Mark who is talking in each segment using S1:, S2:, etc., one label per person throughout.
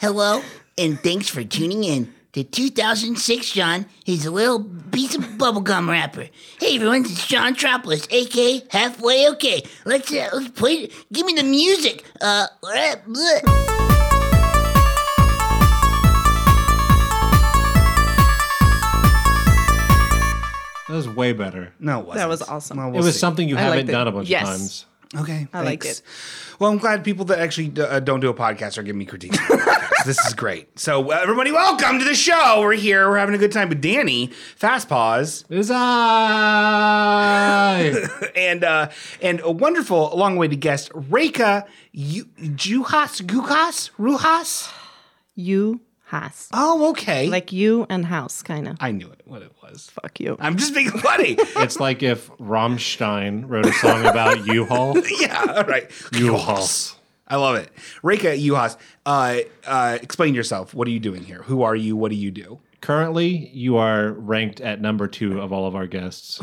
S1: Hello, and thanks for tuning in to 2006 John. He's a little piece of bubblegum rapper. Hey everyone, it's John Tropolis, aka Halfway Okay. Let's uh, let's play. Give me the music. Uh, bleh, bleh.
S2: That was way better.
S3: No, it wasn't.
S4: That was awesome.
S3: Well,
S4: It
S2: it
S3: we'll
S2: was
S3: see.
S2: something you
S4: I
S2: haven't
S4: liked it.
S2: done a bunch
S4: Yes.
S2: of times.
S3: Okay,
S4: I liked
S3: thanks.
S4: it.
S3: Well, I'm glad people that actually uh, don't do a podcast are giving me critiques. on podcasts. this is great. So, uh, everybody, welcome to the show. We're here. We're having a good time. But Danny, fast pause,
S2: Is I
S3: and uh, and a wonderful long way to guest, Reka Ju- Juhas Gukas Ruhas.
S4: You house.
S3: Oh, okay.
S4: Like you and house, kind of.
S3: I knew it. What it was.
S4: Fuck you.
S3: I'm just being funny.
S2: It's like if Rammstein wrote a song about U-Haul.
S3: yeah. All right.
S2: U-Haul.
S3: I love it. Reka Juhas, uh, uh, explain yourself. What are you doing here? Who are you? What do you do?
S2: Currently, you are ranked at number two of all of our guests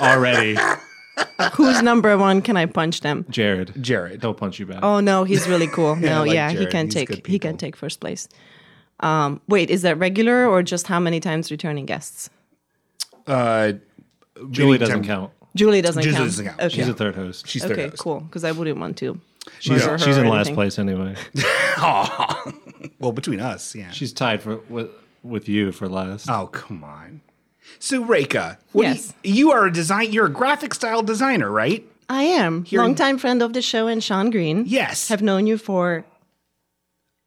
S2: already.
S4: Who's number one? Can I punch them?
S2: Jared,
S3: Jared.
S2: he'll punch you back.
S4: Oh no, he's really cool.
S3: I
S4: No,
S3: like
S4: yeah, he
S3: Jared.
S4: can
S3: He's good
S4: take he can take first place. Um, wait, is that regular or just how many times returning guests?
S3: Uh,
S2: Julie doesn't count.
S4: Julie doesn't
S3: Julie
S4: count.
S3: doesn't count.
S4: Okay,
S2: She's a third host.
S3: She's
S4: okay,
S3: third host.
S4: cool. Because I wouldn't want to.
S2: She's,
S4: murder her
S2: she's
S4: or
S2: in last
S4: anything.
S2: place anyway.
S3: Aw. well, between us, yeah.
S2: She's tied for with, with you for last.
S4: Ah.
S3: oh, come on. So, Reka, what do
S4: Yes.
S3: you, you are a design. You're a graphic style designer, right?
S4: I am
S3: in-
S4: longtime friend of the show and Sean Green.
S3: Yes. Oh.
S4: have known you for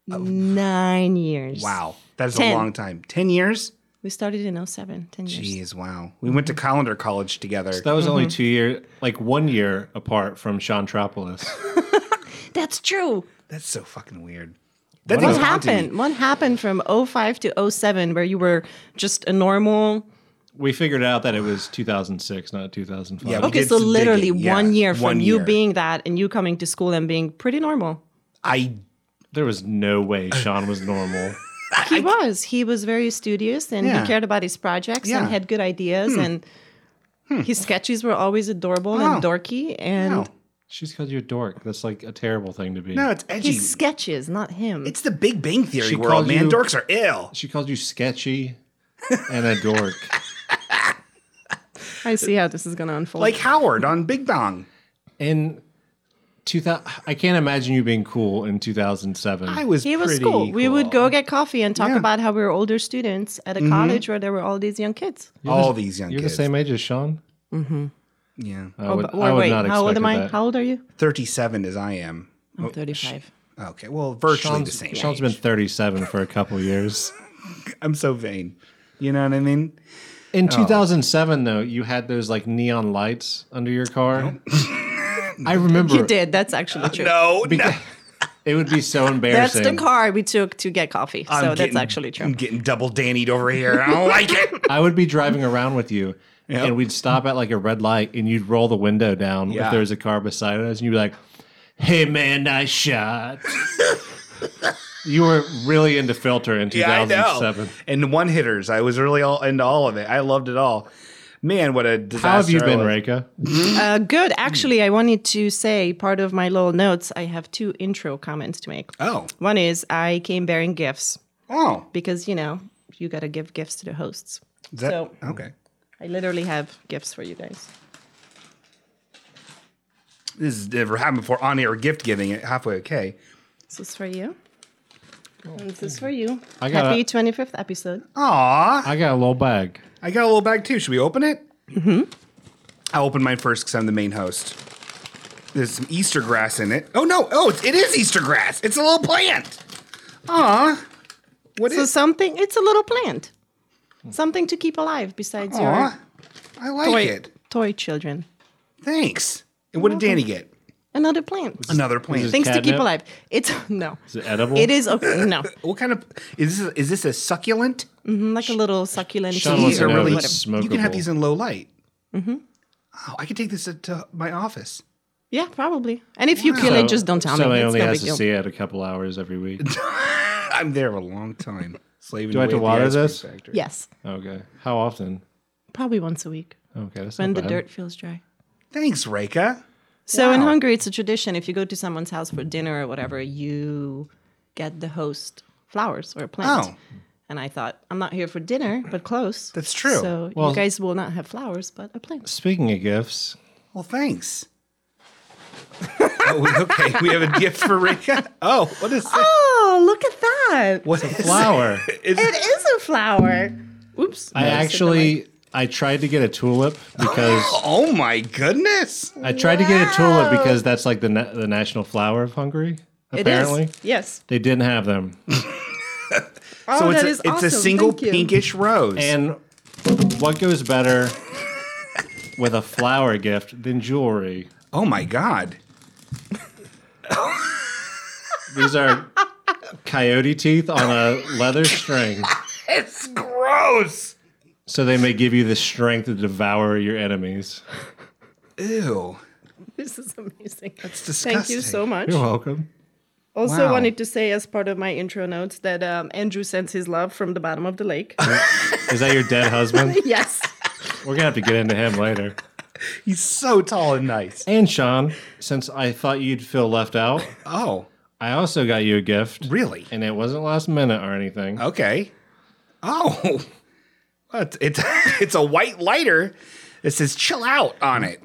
S4: nine years.
S3: wow, that is a
S4: Ten.
S3: long time. Ten years.
S4: we started in 07, 10 years.
S3: Jeez, wow. We went to Colander College together.
S2: That was
S4: Mm-hmm.
S2: only two year, like one year apart from Sean Tropolis.
S4: That's true.
S3: That's so fucking weird. That
S2: What
S4: What
S3: thing's haunting me.
S4: happened? What happened from 05 to 07 where you were just a normal
S2: we figured out that it was 2006, not 2005.
S3: Yeah, we
S4: Okay,
S3: did
S4: so
S3: some
S4: literally
S3: digging, yeah.
S4: one year from
S3: One
S4: you
S3: year.
S4: being that and you coming to school and being pretty normal.
S3: I
S2: There was no way Sean was normal.
S4: He was. He was very studious and
S3: Yeah.
S4: he cared about his projects
S3: Yeah. Hmm.
S4: and had good ideas and his sketches were always adorable and
S3: Oh.
S4: dorky and
S3: no,
S2: She's called you a dork. That's like a terrible thing to be.
S3: no, it's edgy.
S4: his sketches, not him.
S3: it's the Big Bang Theory
S2: She
S3: world,
S2: called
S3: man.
S2: you-
S3: Dorks are ill.
S2: She called you sketchy and a dork.
S4: I see how this is going to unfold.
S3: Like Howard on Big Bang.
S2: In 2000, I can't imagine you being cool in 2007.
S3: I was.
S4: he was
S3: pretty
S4: cool. We would
S2: cool.
S4: go get coffee and talk
S3: Yeah. Mm-hmm.
S4: about how we were older students at a college where there were all these young kids.
S3: All these young
S2: You're
S3: kids.
S2: the same age as Sean.
S3: Yeah.
S2: I would,
S4: but-
S2: I
S4: or
S2: would
S4: wait,
S2: not
S4: how old
S2: expected
S4: am I?
S2: that.
S4: How old are you?
S3: 37 as I am.
S4: I'm 35.
S3: Okay, well, virtually
S2: Sean's,
S3: the same.
S2: Sean's been 37 for a couple years.
S3: Oh. I'm so vain. You know what I mean?
S2: In 2007, though, you had those like neon lights under your car. I remember
S4: You did. That's actually true.
S3: Uh, No, no.
S2: it would be so
S4: That's
S2: embarrassing.
S4: the car we took to get coffee.
S3: I'm
S4: so that's
S3: getting- Mm.
S4: actually
S3: I'm
S4: true.
S3: getting double dannied over here. I don't like it.
S2: I would be driving around with you,
S3: Yep.
S2: and we'd stop at like a red light, and you'd roll the window down
S3: Yeah.
S2: if there was a car beside us, and you'd be like, "Hey man, nice shot." you were really into filter in
S3: Yeah, I know.
S2: 2007.
S3: And one hitters. I was really all into all of it. I loved it all. Man, what a disaster!
S2: How have you
S3: I
S2: been,
S3: was.
S2: Reka?
S4: Uh, good.
S3: Mm.
S4: Actually, I wanted to say part of my little notes, I have two intro comments to make.
S3: Oh,
S4: One is I came bearing gifts
S3: oh,
S4: because, you know, you got to give gifts to the hosts.
S3: Is that,
S4: So-
S3: okay.
S4: I literally have gifts for you guys.
S3: This has never happened before. On-air gift giving it halfway okay.
S4: This is for you.
S3: Oh,
S4: And this is for you.
S2: I got
S4: Happy
S2: a-
S4: 25th episode.
S3: Aw,
S2: I got a little bag.
S3: I got a little bag too. Should we open it? Mm-hmm. I'll open mine first because I'm the main host. There's some Easter grass in it. Oh no! Oh, it's, it is Easter grass. It's a little plant. Aw, what is?
S4: So something, it's a little plant. Something to keep alive besides your
S3: Hmm. Aw, I like
S4: toy,
S3: it.
S4: toy children.
S3: Thanks. And what did Danny get?
S4: Another plant.
S3: Another plant.
S4: Things to keep
S2: catnip?
S4: alive. It's no.
S2: Is it edible?
S4: It is okay. No,
S3: What kind of is this? Is this a succulent?
S4: like a little succulent.
S2: Sean
S4: tea
S2: wants
S3: These
S2: to
S4: or
S3: are
S2: know
S3: really.
S2: if
S4: whatever.
S2: it's
S3: You can have
S2: smokable.
S3: these in low light. Mm-hmm. Oh, I could take this to my office.
S4: Yeah, probably. And if you kill it, just don't tell
S2: so
S4: me.
S2: I
S4: It's
S2: only
S4: no
S2: has
S4: big
S2: to
S4: deal.
S2: see it a couple hours every week.
S3: I'm there a long time. Slaving
S2: Do I have to
S3: away at the
S2: water
S3: ice cream
S2: this?
S3: factory.
S4: Yes,
S2: Okay. How often?
S4: probably once a week
S2: Okay. That's
S4: when
S2: not
S4: the
S2: bad.
S4: dirt feels dry.
S3: Thanks, Reka.
S4: So in
S3: Wow.
S4: Hungary, it's a tradition. If you go to someone's house for dinner or whatever, you get the host flowers or a plant.
S3: Oh.
S4: And I thought, I'm not here for dinner, but close.
S3: That's true.
S4: So
S2: Well-
S4: you guys will not have flowers, but a plant.
S2: Speaking of gifts,
S3: Well, thanks. oh, okay. We have a gift for Rika. Oh, what is that?
S4: Oh, look at that.
S3: What is
S2: flower.
S4: It is a flower. Oops.
S2: I actually I tried to get a tulip because
S3: Oh my goodness.
S2: I tried to get a tulip
S4: Wow.
S2: because that's like the na- the national flower of Hungary.
S4: It is.
S2: Apparently,
S4: Yes.
S2: they didn't have them,
S4: Oh,
S3: so it's
S4: that
S3: a,
S4: is
S3: it's a
S4: awesome.
S3: single
S4: Thank you.
S3: pinkish rose.
S2: and what goes better with a flower gift than jewelry?
S3: oh my god.
S2: These are coyote teeth on a leather string,
S3: It's gross.
S2: so they may give you the strength to devour your enemies.
S3: Ew.
S4: This is amazing. That's
S3: disgusting.
S4: Thank you so much.
S2: You're welcome.
S4: Also,
S3: Wow.
S4: wanted to say as part of my intro notes that um, Andrew sends his love from the bottom of the lake.
S2: Is that your dead husband?
S4: yes.
S2: We're gonna have to get into him later.
S3: He's so tall and nice.
S2: And Sean, since I thought you'd feel left out,
S3: Oh,
S2: I also got you a gift.
S3: really?
S2: And it wasn't last minute or anything.
S3: Okay. Oh. What? It's it's a white lighter. It says chill out on it.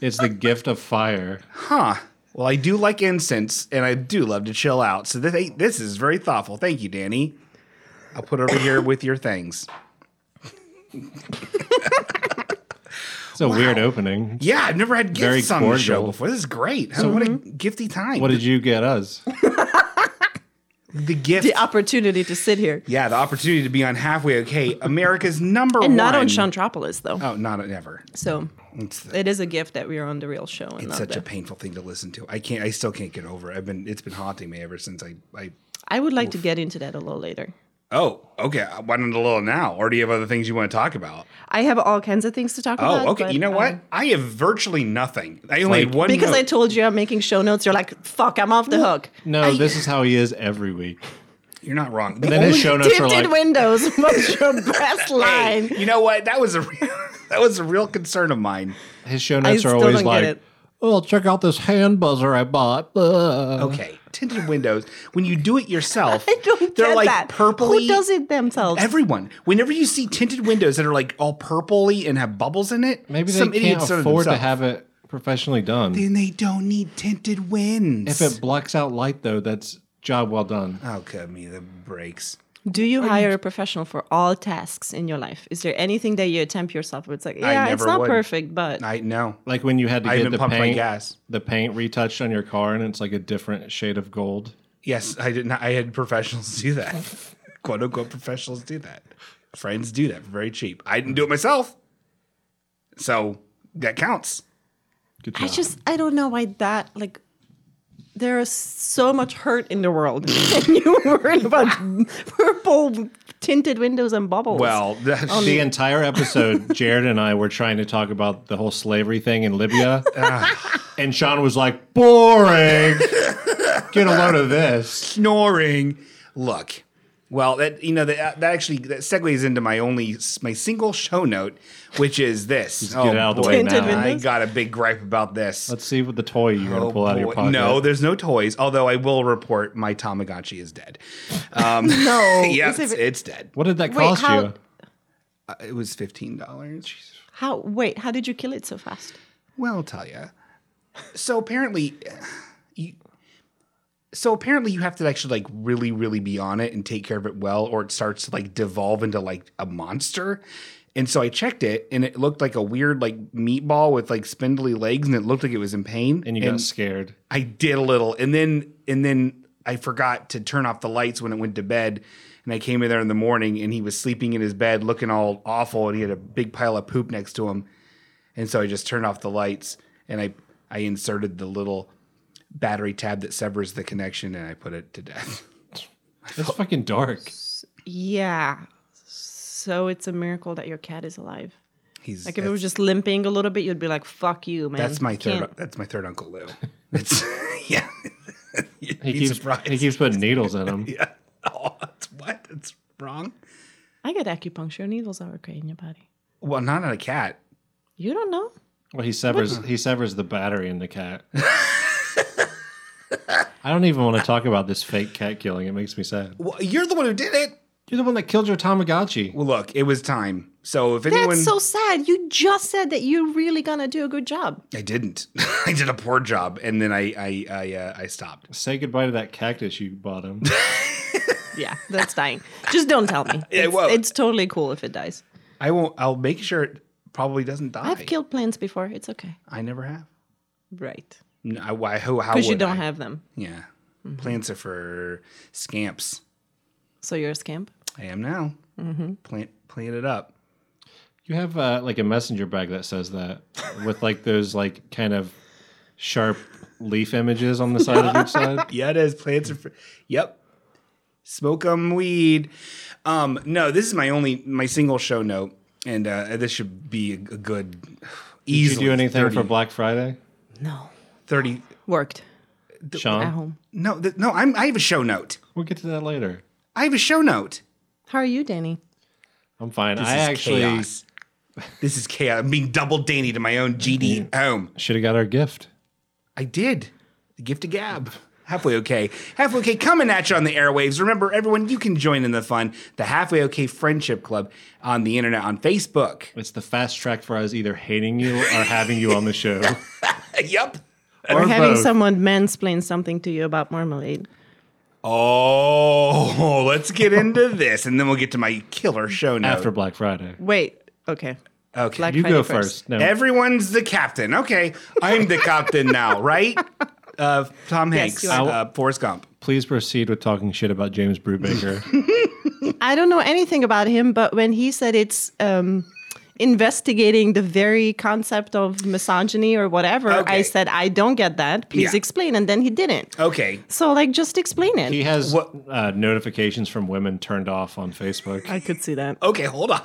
S2: It's the gift of fire.
S3: Huh. Well, I do like incense and I do love to chill out. So this, this is very thoughtful. Thank you, Danny. I'll put it over here with your things.
S2: It's a weird opening.
S3: Yeah, I've never had
S2: Very
S3: gifts on the show
S2: cordial. Mhm.
S3: before. This is great. what a gifty time.
S2: What did you get us?
S3: the gift?
S4: The opportunity to sit here.
S3: yeah, the opportunity to be on halfway okay. America's number
S4: And
S3: one.
S4: not on Chantropolis, though.
S3: Oh, not on ever.
S4: So
S3: It's,
S4: it is a gift that we are on the real show. And
S3: it's
S4: not
S3: such a
S4: the-
S3: painful thing to listen to. I can't. I still can't get over. It. I've been. It's been haunting me ever since I. I
S4: I would like to get into that a little later.
S3: oh, okay. Why not a little now? Or do you have other things you want to talk about?
S4: I have all kinds of things to talk about.
S3: Oh, okay.
S4: but,
S3: You know what?
S4: um,
S3: I have virtually nothing. I only had
S2: Like-
S3: one
S4: because
S3: note.
S4: I told you I'm making show notes, you're like, fuck, I'm off the hook.
S2: No, this is how he is every week.
S3: You're not wrong.
S2: Then his show notes are
S4: Tinted
S2: like,
S4: windows was your best
S3: Hey,
S4: line.
S3: you know what? That was a real, that was a real concern of mine.
S2: his show notes
S4: still
S2: are always
S4: don't get
S2: like,
S4: it.
S2: oh, check out this hand buzzer I bought. Uh.
S3: Okay, tinted windows. When you do it yourself,
S4: I don't
S3: they're
S4: get
S3: like
S4: that.
S3: purpley.
S4: Who does it themselves?
S3: Everyone. Whenever you see tinted windows that are like all purpley and have bubbles in it,
S2: Maybe they
S3: some
S2: can't
S3: idiots done it
S2: afford to
S3: themselves.
S2: have it professionally done.
S3: Then they don't need tinted
S2: if
S3: winds.
S2: it blocks out light, though, that's job well done.
S4: Uh,
S3: oh, give me the breaks.
S4: Do you hire a professional for all tasks in your life? Is there anything that you attempt yourself where it's like, yeah, it's
S3: never
S4: not
S3: would.
S4: perfect, but
S3: I know.
S2: Like when you had to
S3: I
S2: get
S3: even
S2: the
S3: pumped my
S2: paint,
S3: gas.
S2: the paint retouched on your car, and it's like a different shade of gold.
S3: Yes, I did not. I had professionals do that. "Quote unquote professionals do that. Friends do that for very cheap. I didn't do it myself, so that counts.
S2: Good
S4: I
S2: job.
S4: just, I don't know why that, like, there is so much hurt in the world. and you worried about purple tinted windows and bubbles.
S3: Well, that's
S2: the entire episode, Jared and I were trying to talk about the whole slavery thing in Libya.
S3: Ah.
S2: and Sean was like, boring. Get a load of this.
S3: snoring. Look, well, that you know that that actually that segues into my only my single show note, which is this. Oh,
S2: get it out of the way
S4: Tinted
S2: now.
S3: I
S4: windows?
S3: got a big gripe about this.
S2: Let's see what the toy you're going to
S3: Oh,
S2: pull out of your
S3: boy.
S2: pocket.
S3: No, there's no toys. Although I will report my Tamagotchi is dead. Um,
S4: no.
S3: yes,
S4: Oh,
S3: it's,
S4: Is it-
S3: it's dead.
S2: What did that
S4: Wait,
S2: cost
S4: how-
S2: you?
S3: Uh, It was fifteen dollars.
S4: how, wait, how did you kill it so fast?
S3: Well, I'll tell you. So apparently, you. So apparently, you have to actually like really, really be on it and take care of it well, or it starts to like devolve into like a monster. And so I checked it, and it looked like a weird like meatball with like spindly legs, and it looked like it was in pain.
S2: And you got scared.
S3: I did a little, and then and then I forgot to turn off the lights when it went to bed, and I came in there in the morning, and he was sleeping in his bed, looking all awful, and he had a big pile of poop next to him, and so I just turned off the lights, and I I inserted the little battery tab that severs the connection, and I put it to death.
S2: It's fucking dark.
S4: Yeah. So it's a miracle that your cat is alive.
S3: He's
S4: Like if it
S3: that's-
S4: was just limping a little bit, you'd be like, fuck you, man.
S3: that's my
S4: You
S3: 3rd
S4: can't-
S3: that's my third Uncle Lou. It's yeah. You'd
S2: He
S3: be
S2: keeps,
S3: surprised.
S2: he keeps putting needles in them.
S3: yeah. Oh, it's what? It's wrong.
S4: I get acupuncture. Needles are okay in your body.
S3: Well, not on a cat.
S4: You don't know?
S2: Well, he severs he severs the battery in the cat. I don't even want to talk about this fake cat killing. It makes me sad.
S3: Well, you're the one who did it.
S2: You're the one that killed your Tamagotchi.
S3: Well, look, it was time. So if
S4: That's
S3: anyone,
S4: so sad. You just said that you're really gonna do a good job.
S3: I didn't. I did a poor job, and then I I I, uh, I stopped.
S2: Say goodbye to that cactus you bought him.
S4: Yeah, that's dying. Just don't tell me.
S3: Yeah, I
S4: it's,
S3: won't.
S4: it's totally cool if it dies.
S3: I won't. I'll make sure it probably doesn't die.
S4: I've killed plants before. It's okay.
S3: I never have.
S4: Right.
S3: No, I, why? Who? How?
S4: Because you
S3: would
S4: don't mm-hmm.
S3: I?
S4: have them.
S3: Yeah. Plants are for scamps.
S4: So you're a scamp?
S3: I am now.
S4: Mm-hmm.
S3: Plant plant it up.
S2: You have uh, like a messenger bag that says that with like those like kind of sharp leaf images on the side of each side.
S3: Yeah, it is. Plants are. For, yep. Smoke 'em weed. Um, no, this is my only my single show note, and uh, this should be a, a good.
S2: Did you
S3: easily
S2: do anything
S3: 30,
S2: for Black Friday?
S4: No.
S3: thirty?
S4: Worked at
S2: Sean?
S4: home.
S3: No, th- no. I'm. I have a show note.
S2: We'll get to that later.
S3: I have a show note.
S4: How are you, Danny?
S2: I'm fine.
S3: This
S2: I
S3: is
S2: actually
S3: chaos. This is chaos. I'm being double Danny to my own GD home.
S2: should have got our gift.
S3: I did. The gift of gab. Halfway okay. Halfway okay coming at you on the airwaves. Remember, everyone, you can join in the fun. The Halfway Okay Friendship Club on the internet on Facebook.
S2: It's the fast track for us either hating you or having you on the show.
S3: yep.
S2: or
S4: Or having
S2: both.
S4: someone mansplain something to you about marmalade.
S3: Oh, let's get into this, and then we'll get to my killer show note.
S2: after Black Friday.
S4: Wait. Okay.
S3: okay.
S4: Black
S2: You
S4: Friday
S2: go first. No.
S3: Everyone's the captain. Okay, I'm the captain now, right? Uh, Tom Hanks,
S4: you are.
S3: uh, Forrest Gump.
S2: Please proceed with talking shit about James Brubaker.
S4: I don't know anything about him, but when he said it's um, investigating the very concept of misogyny or whatever,
S3: Okay.
S4: I said, I don't get that. Please
S3: Yeah.
S4: explain. And then he didn't.
S3: Okay,
S4: So, like, just explain it.
S2: he has
S3: What-
S2: uh, notifications from women turned off on Facebook.
S4: I could see that.
S3: Okay, hold on.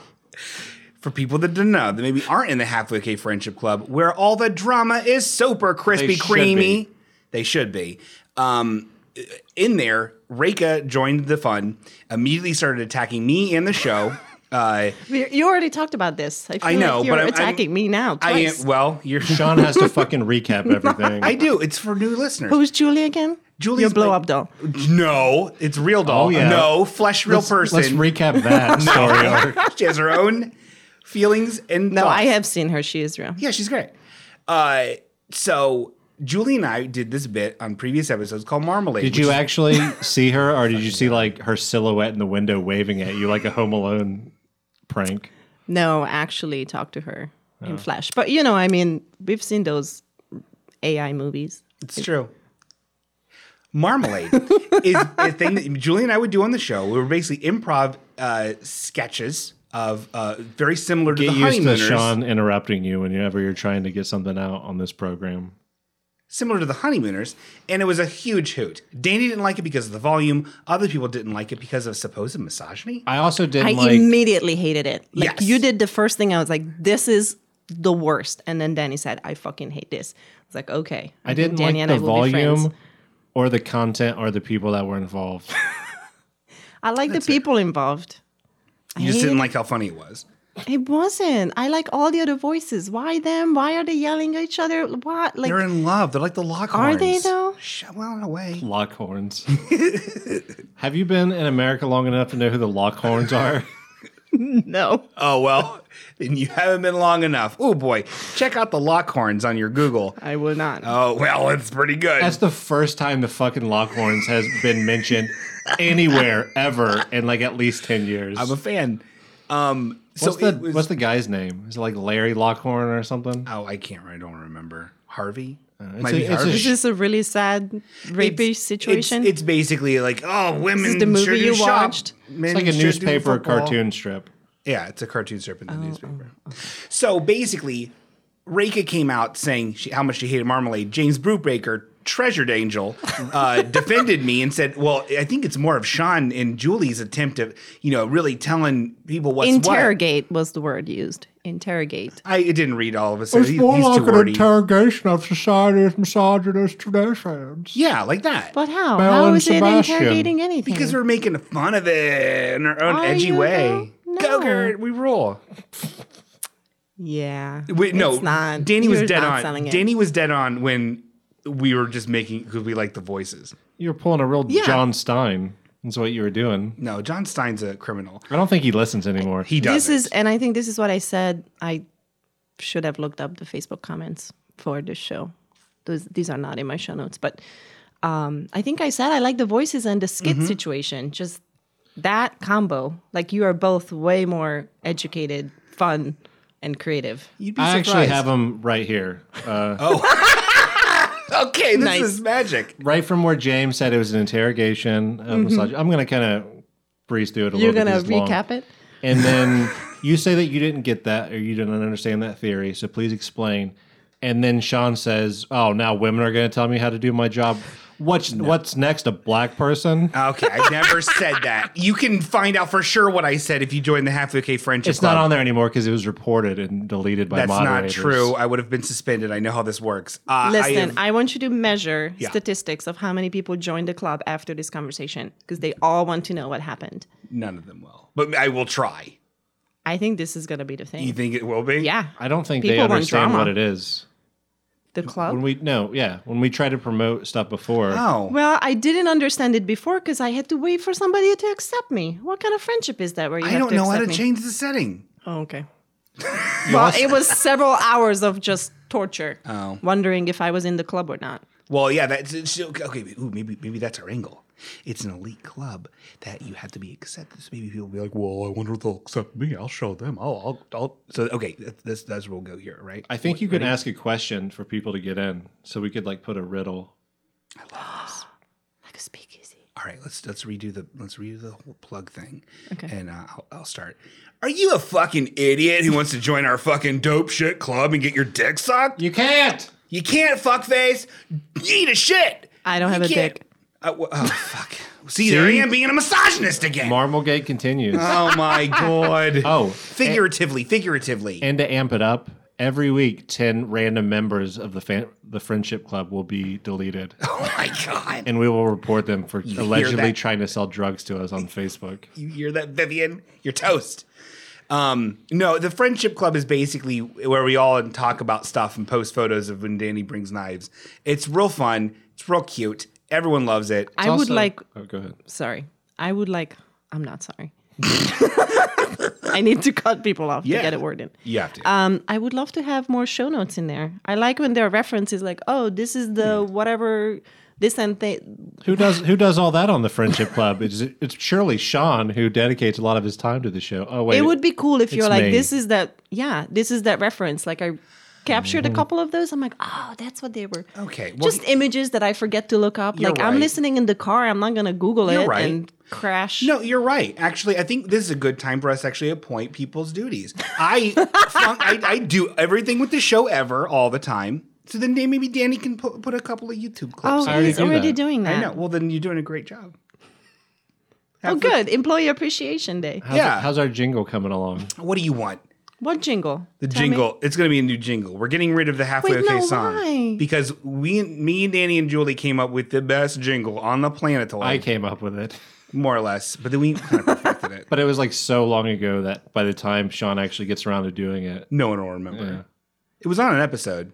S3: For people that don't know, that maybe aren't in the Halfway K Friendship Club, where all the drama is super crispy,
S2: They should
S3: creamy.
S2: be.
S3: They should be. Um, in there, Reika joined the fun, immediately started attacking me and the show. Uh,
S4: We- You already talked about this. I, feel
S3: I know,
S4: like you're
S3: but I'm-
S4: attacking
S3: I'm-
S4: me now.
S3: I
S4: Twice.
S3: am, well, you're.
S2: Sean has to fucking recap everything.
S3: I do. It's for new listeners.
S4: Who's Julie again?
S3: Julie's
S4: Your blow
S3: like-
S4: up doll.
S3: No, it's real doll.
S2: Oh, yeah.
S3: No, flesh real
S2: let's,
S3: person.
S2: Let's recap that story arc.
S3: she has her own feelings and
S4: No, I
S3: thoughts.
S4: have seen her. She is real.
S3: Yeah, she's great. Uh, so Julie and I did this bit on previous episodes called Marmalade.
S2: Did you actually see her, or did you see like her silhouette in the window waving at you like a Home Alone prank?
S4: No, actually talk to her
S3: Oh.
S4: in Flash. But you know, I mean, we've seen those AI movies.
S3: It's true. Marmalade is a thing that Julie and I would do on the show. We were basically improv uh, sketches of uh, very similar to
S2: Get
S3: the
S2: used to
S3: honeymooners.
S2: Sean interrupting you whenever you're trying to get something out on this program.
S3: similar to the honeymooners, and it was a huge hoot. Danny didn't like it because of the volume. Other people didn't like it because of supposed misogyny.
S2: I also didn't
S4: I
S2: like.
S4: immediately hated it.
S3: Yes.
S4: Like you did the first thing I was like, this is the worst. And then Danny said, I fucking hate this. I was like, okay.
S2: I didn't
S4: Danny
S2: like
S4: and I
S2: the
S4: will be friends.
S2: volume, or the content, or the people that were involved.
S4: I like the people involved.
S3: You just
S4: hate
S3: didn't like how funny it was.
S4: It wasn't. I like all the other voices. Why them? Why are they yelling at each other? What? Like
S3: They're in love. They're like the Lockhorns.
S4: Are they, though?
S3: Sh- Well, in a way.
S2: Lockhorns. Have you been in America long enough to know who the Lockhorns are?
S4: no.
S3: Oh well, then you haven't been long enough. Oh boy, check out the Lockhorns on your Google.
S4: I will not.
S3: Oh well, it's pretty good.
S2: That's the first time the fucking Lockhorns has been mentioned anywhere ever in like at least ten years.
S3: I'm a fan. Um, so
S2: What's the
S3: it was-
S2: What's the guy's name? Is it like Larry Lockhorn or something?
S3: oh, I can't. I don't remember. Harvey.
S2: it's
S3: Might
S2: a-
S3: be
S2: it's a
S3: Harvey.
S4: Is this a really sad rapey
S3: It's-
S4: situation?
S3: It's, it's basically like oh, women.
S4: is the
S3: sure
S4: movie
S3: do
S4: you
S3: shop.
S4: watched?
S3: Men
S2: It's like a
S3: sure do
S2: newspaper
S3: football.
S2: cartoon strip.
S3: Yeah, it's a cartoon strip
S4: Oh,
S3: in the newspaper. So basically, Reika came out saying she, how much she hated Marmalade. James Brubaker, treasured angel, uh, defended me and said, "Well, I think it's more of Sean and Julie's attempt of you know really telling people what's
S4: Interrogate was the word used. Interrogate.
S3: what." I didn't read all of it. So he, he's too wordy.
S2: interrogation of society's misogynist traditions.
S3: yeah, like that.
S4: But how?
S2: Mel
S4: how
S2: and
S4: is
S2: Sebastian.
S4: it interrogating anything?
S3: because we're making fun of it in our own
S4: Are
S3: edgy
S4: you,
S3: way.
S4: though?
S3: Go,
S4: No.
S3: Gert, we rule.
S4: yeah,
S3: Wait, no,
S4: it's not.
S3: Danny was
S4: You're
S3: dead
S4: not
S3: on.
S4: selling it.
S3: Danny was dead on when we were just making because we like the voices.
S2: You were pulling a real
S4: Yeah.
S2: John Stein. That's what you were doing.
S3: No, John Stein's a criminal.
S2: I don't think he listens anymore.
S3: He does.
S4: This is, and I think this is what I said. I should have looked up the Facebook comments for this show. Those, these are not in my show notes, but um, I think I said I like the voices and the skit situation. Just that combo. Like you are both way more educated, fun, and creative.
S3: You'd be
S2: I actually
S3: surprised.
S2: have him right here, Uh,
S3: Okay, this
S4: Nice.
S3: is magic.
S2: right from where James said it was an interrogation. Of
S3: Mm-hmm.
S2: misogy- I'm going to kind of breeze through it a
S4: You're
S2: little bit.
S4: gonna
S2: 'cause it's long.
S4: recap it.
S2: And then you say that you didn't get that or you didn't understand that theory, so please explain. And then Sean says, "Oh, now women are going to tell me how to do my job. What's what's next? A black person?
S3: Okay, I never said that. You can find out for sure what I said if you join the Half OK Friendship
S2: it's
S3: Club.
S2: not on there anymore because it was reported and deleted by
S3: That's not
S2: moderators.
S3: true. I would have been suspended. I know how this works. Uh, I
S4: Listen,
S3: have-
S4: I, want you to measure statistics of how many people joined the club after this conversation because they all want to know what happened.
S3: none of them will, but I will try.
S4: I think this is gonna be the
S3: You
S4: thing.
S3: think it will be?
S4: Yeah,
S2: I don't think
S4: People
S2: they
S4: want
S2: understand
S4: drama.
S2: what it is.
S4: the club.
S2: When we no, yeah, when we try to promote stuff before,
S3: Oh,
S4: Well, I didn't understand it before because I had to wait for somebody to accept me. What kind of friendship is that where you
S3: I
S4: have
S3: don't
S4: to
S3: know how to
S4: accept me?
S3: change the setting.
S4: Oh, okay. well, it was several hours of just torture, oh. wondering if I was in the club or not.
S3: Well, yeah, that's it's- okay. Ooh, maybe maybe that's our angle. It's an elite club that you have to be accepted. So maybe people will be like, "Well, I wonder if they'll accept me. I'll show them. I'll, I'll, I'll." So okay, that's that's, that's where we'll go here, right?
S2: I think you could ask a question for people to get in, so we could like put a riddle.
S4: Like a speakeasy.
S3: All right, let's let's redo the let's redo the whole plug thing.
S4: Okay.
S3: and uh, I'll, I'll start. Are you a fucking idiot who wants to join our fucking dope shit club and get your dick sucked?
S2: You can't.
S3: You can't, fuckface. Eat a shit.
S4: I don't have
S3: You
S4: a
S3: can't-
S4: dick.
S3: Uh, wh- oh fuck! See, there I am being a misogynist again.
S2: Marmalgate continues.
S3: oh my god.
S2: oh,
S3: Figuratively, figuratively.
S2: And to amp it up, every week, 10 random members of the fan- the Friendship Club will be deleted.
S3: oh my god.
S2: and we will report them for allegedly
S3: that?
S2: trying to sell drugs to us on Facebook.
S3: You hear that, Vivian? You're toast. Um, no, the friendship club is basically where we all talk about stuff and post photos of when Danny brings knives. It's real fun. It's real cute. Everyone loves it.
S4: I would
S2: Also-
S4: like,
S2: Oh, go ahead.
S4: sorry, I would like, I'm not sorry. I need to cut people off
S3: Yeah.
S4: to get a word in.
S3: You have to.
S4: Um, I would love to have more show notes in there. I like when there are references like, oh, this is the whatever, this and they.
S2: Who does who does all that on the Friendship Club? It's, it's surely Sean who dedicates a lot of his time to the show. Oh wait,
S4: it would be cool if you're
S2: it's
S4: like,
S2: me.
S4: this is that, yeah, this is that reference. Like I captured a couple of those. I'm like, oh, that's what they were.
S3: Mm-hmm. okay. Well,
S4: Just images that I forget to look up.
S3: You're
S4: Like I'm
S3: right.
S4: listening in the car. I'm not gonna Google
S3: You're
S4: it
S3: right.
S4: and crash.
S3: No, you're right. Actually, I think this is a good time for us to actually appoint people's duties. I, fun- I I do everything with the show ever all the time. So then maybe Danny can put, put a couple of YouTube
S4: Oh,
S3: clips.
S2: already
S4: he's
S2: do
S4: already
S2: that.
S4: doing that.
S3: I know. Well, then you're doing a great job.
S4: Oh, good. Employee Appreciation Day.
S2: How's,
S3: yeah.
S2: How's our jingle coming along?
S3: What do you want?
S4: What jingle?
S3: The
S4: Tell me.
S3: jingle. It's going to be a new jingle. We're getting rid of the halfway
S4: Wait,
S3: okay
S4: no,
S3: song
S4: why?
S3: because we, me and Danny and Julie came up with the best jingle on the planet,
S2: I
S3: like,
S2: came up with it,
S3: more or less. But then we kind of perfected it.
S2: but it was like so long ago that by the time Sean actually gets around to doing it,
S3: No one will remember. It was on an episode.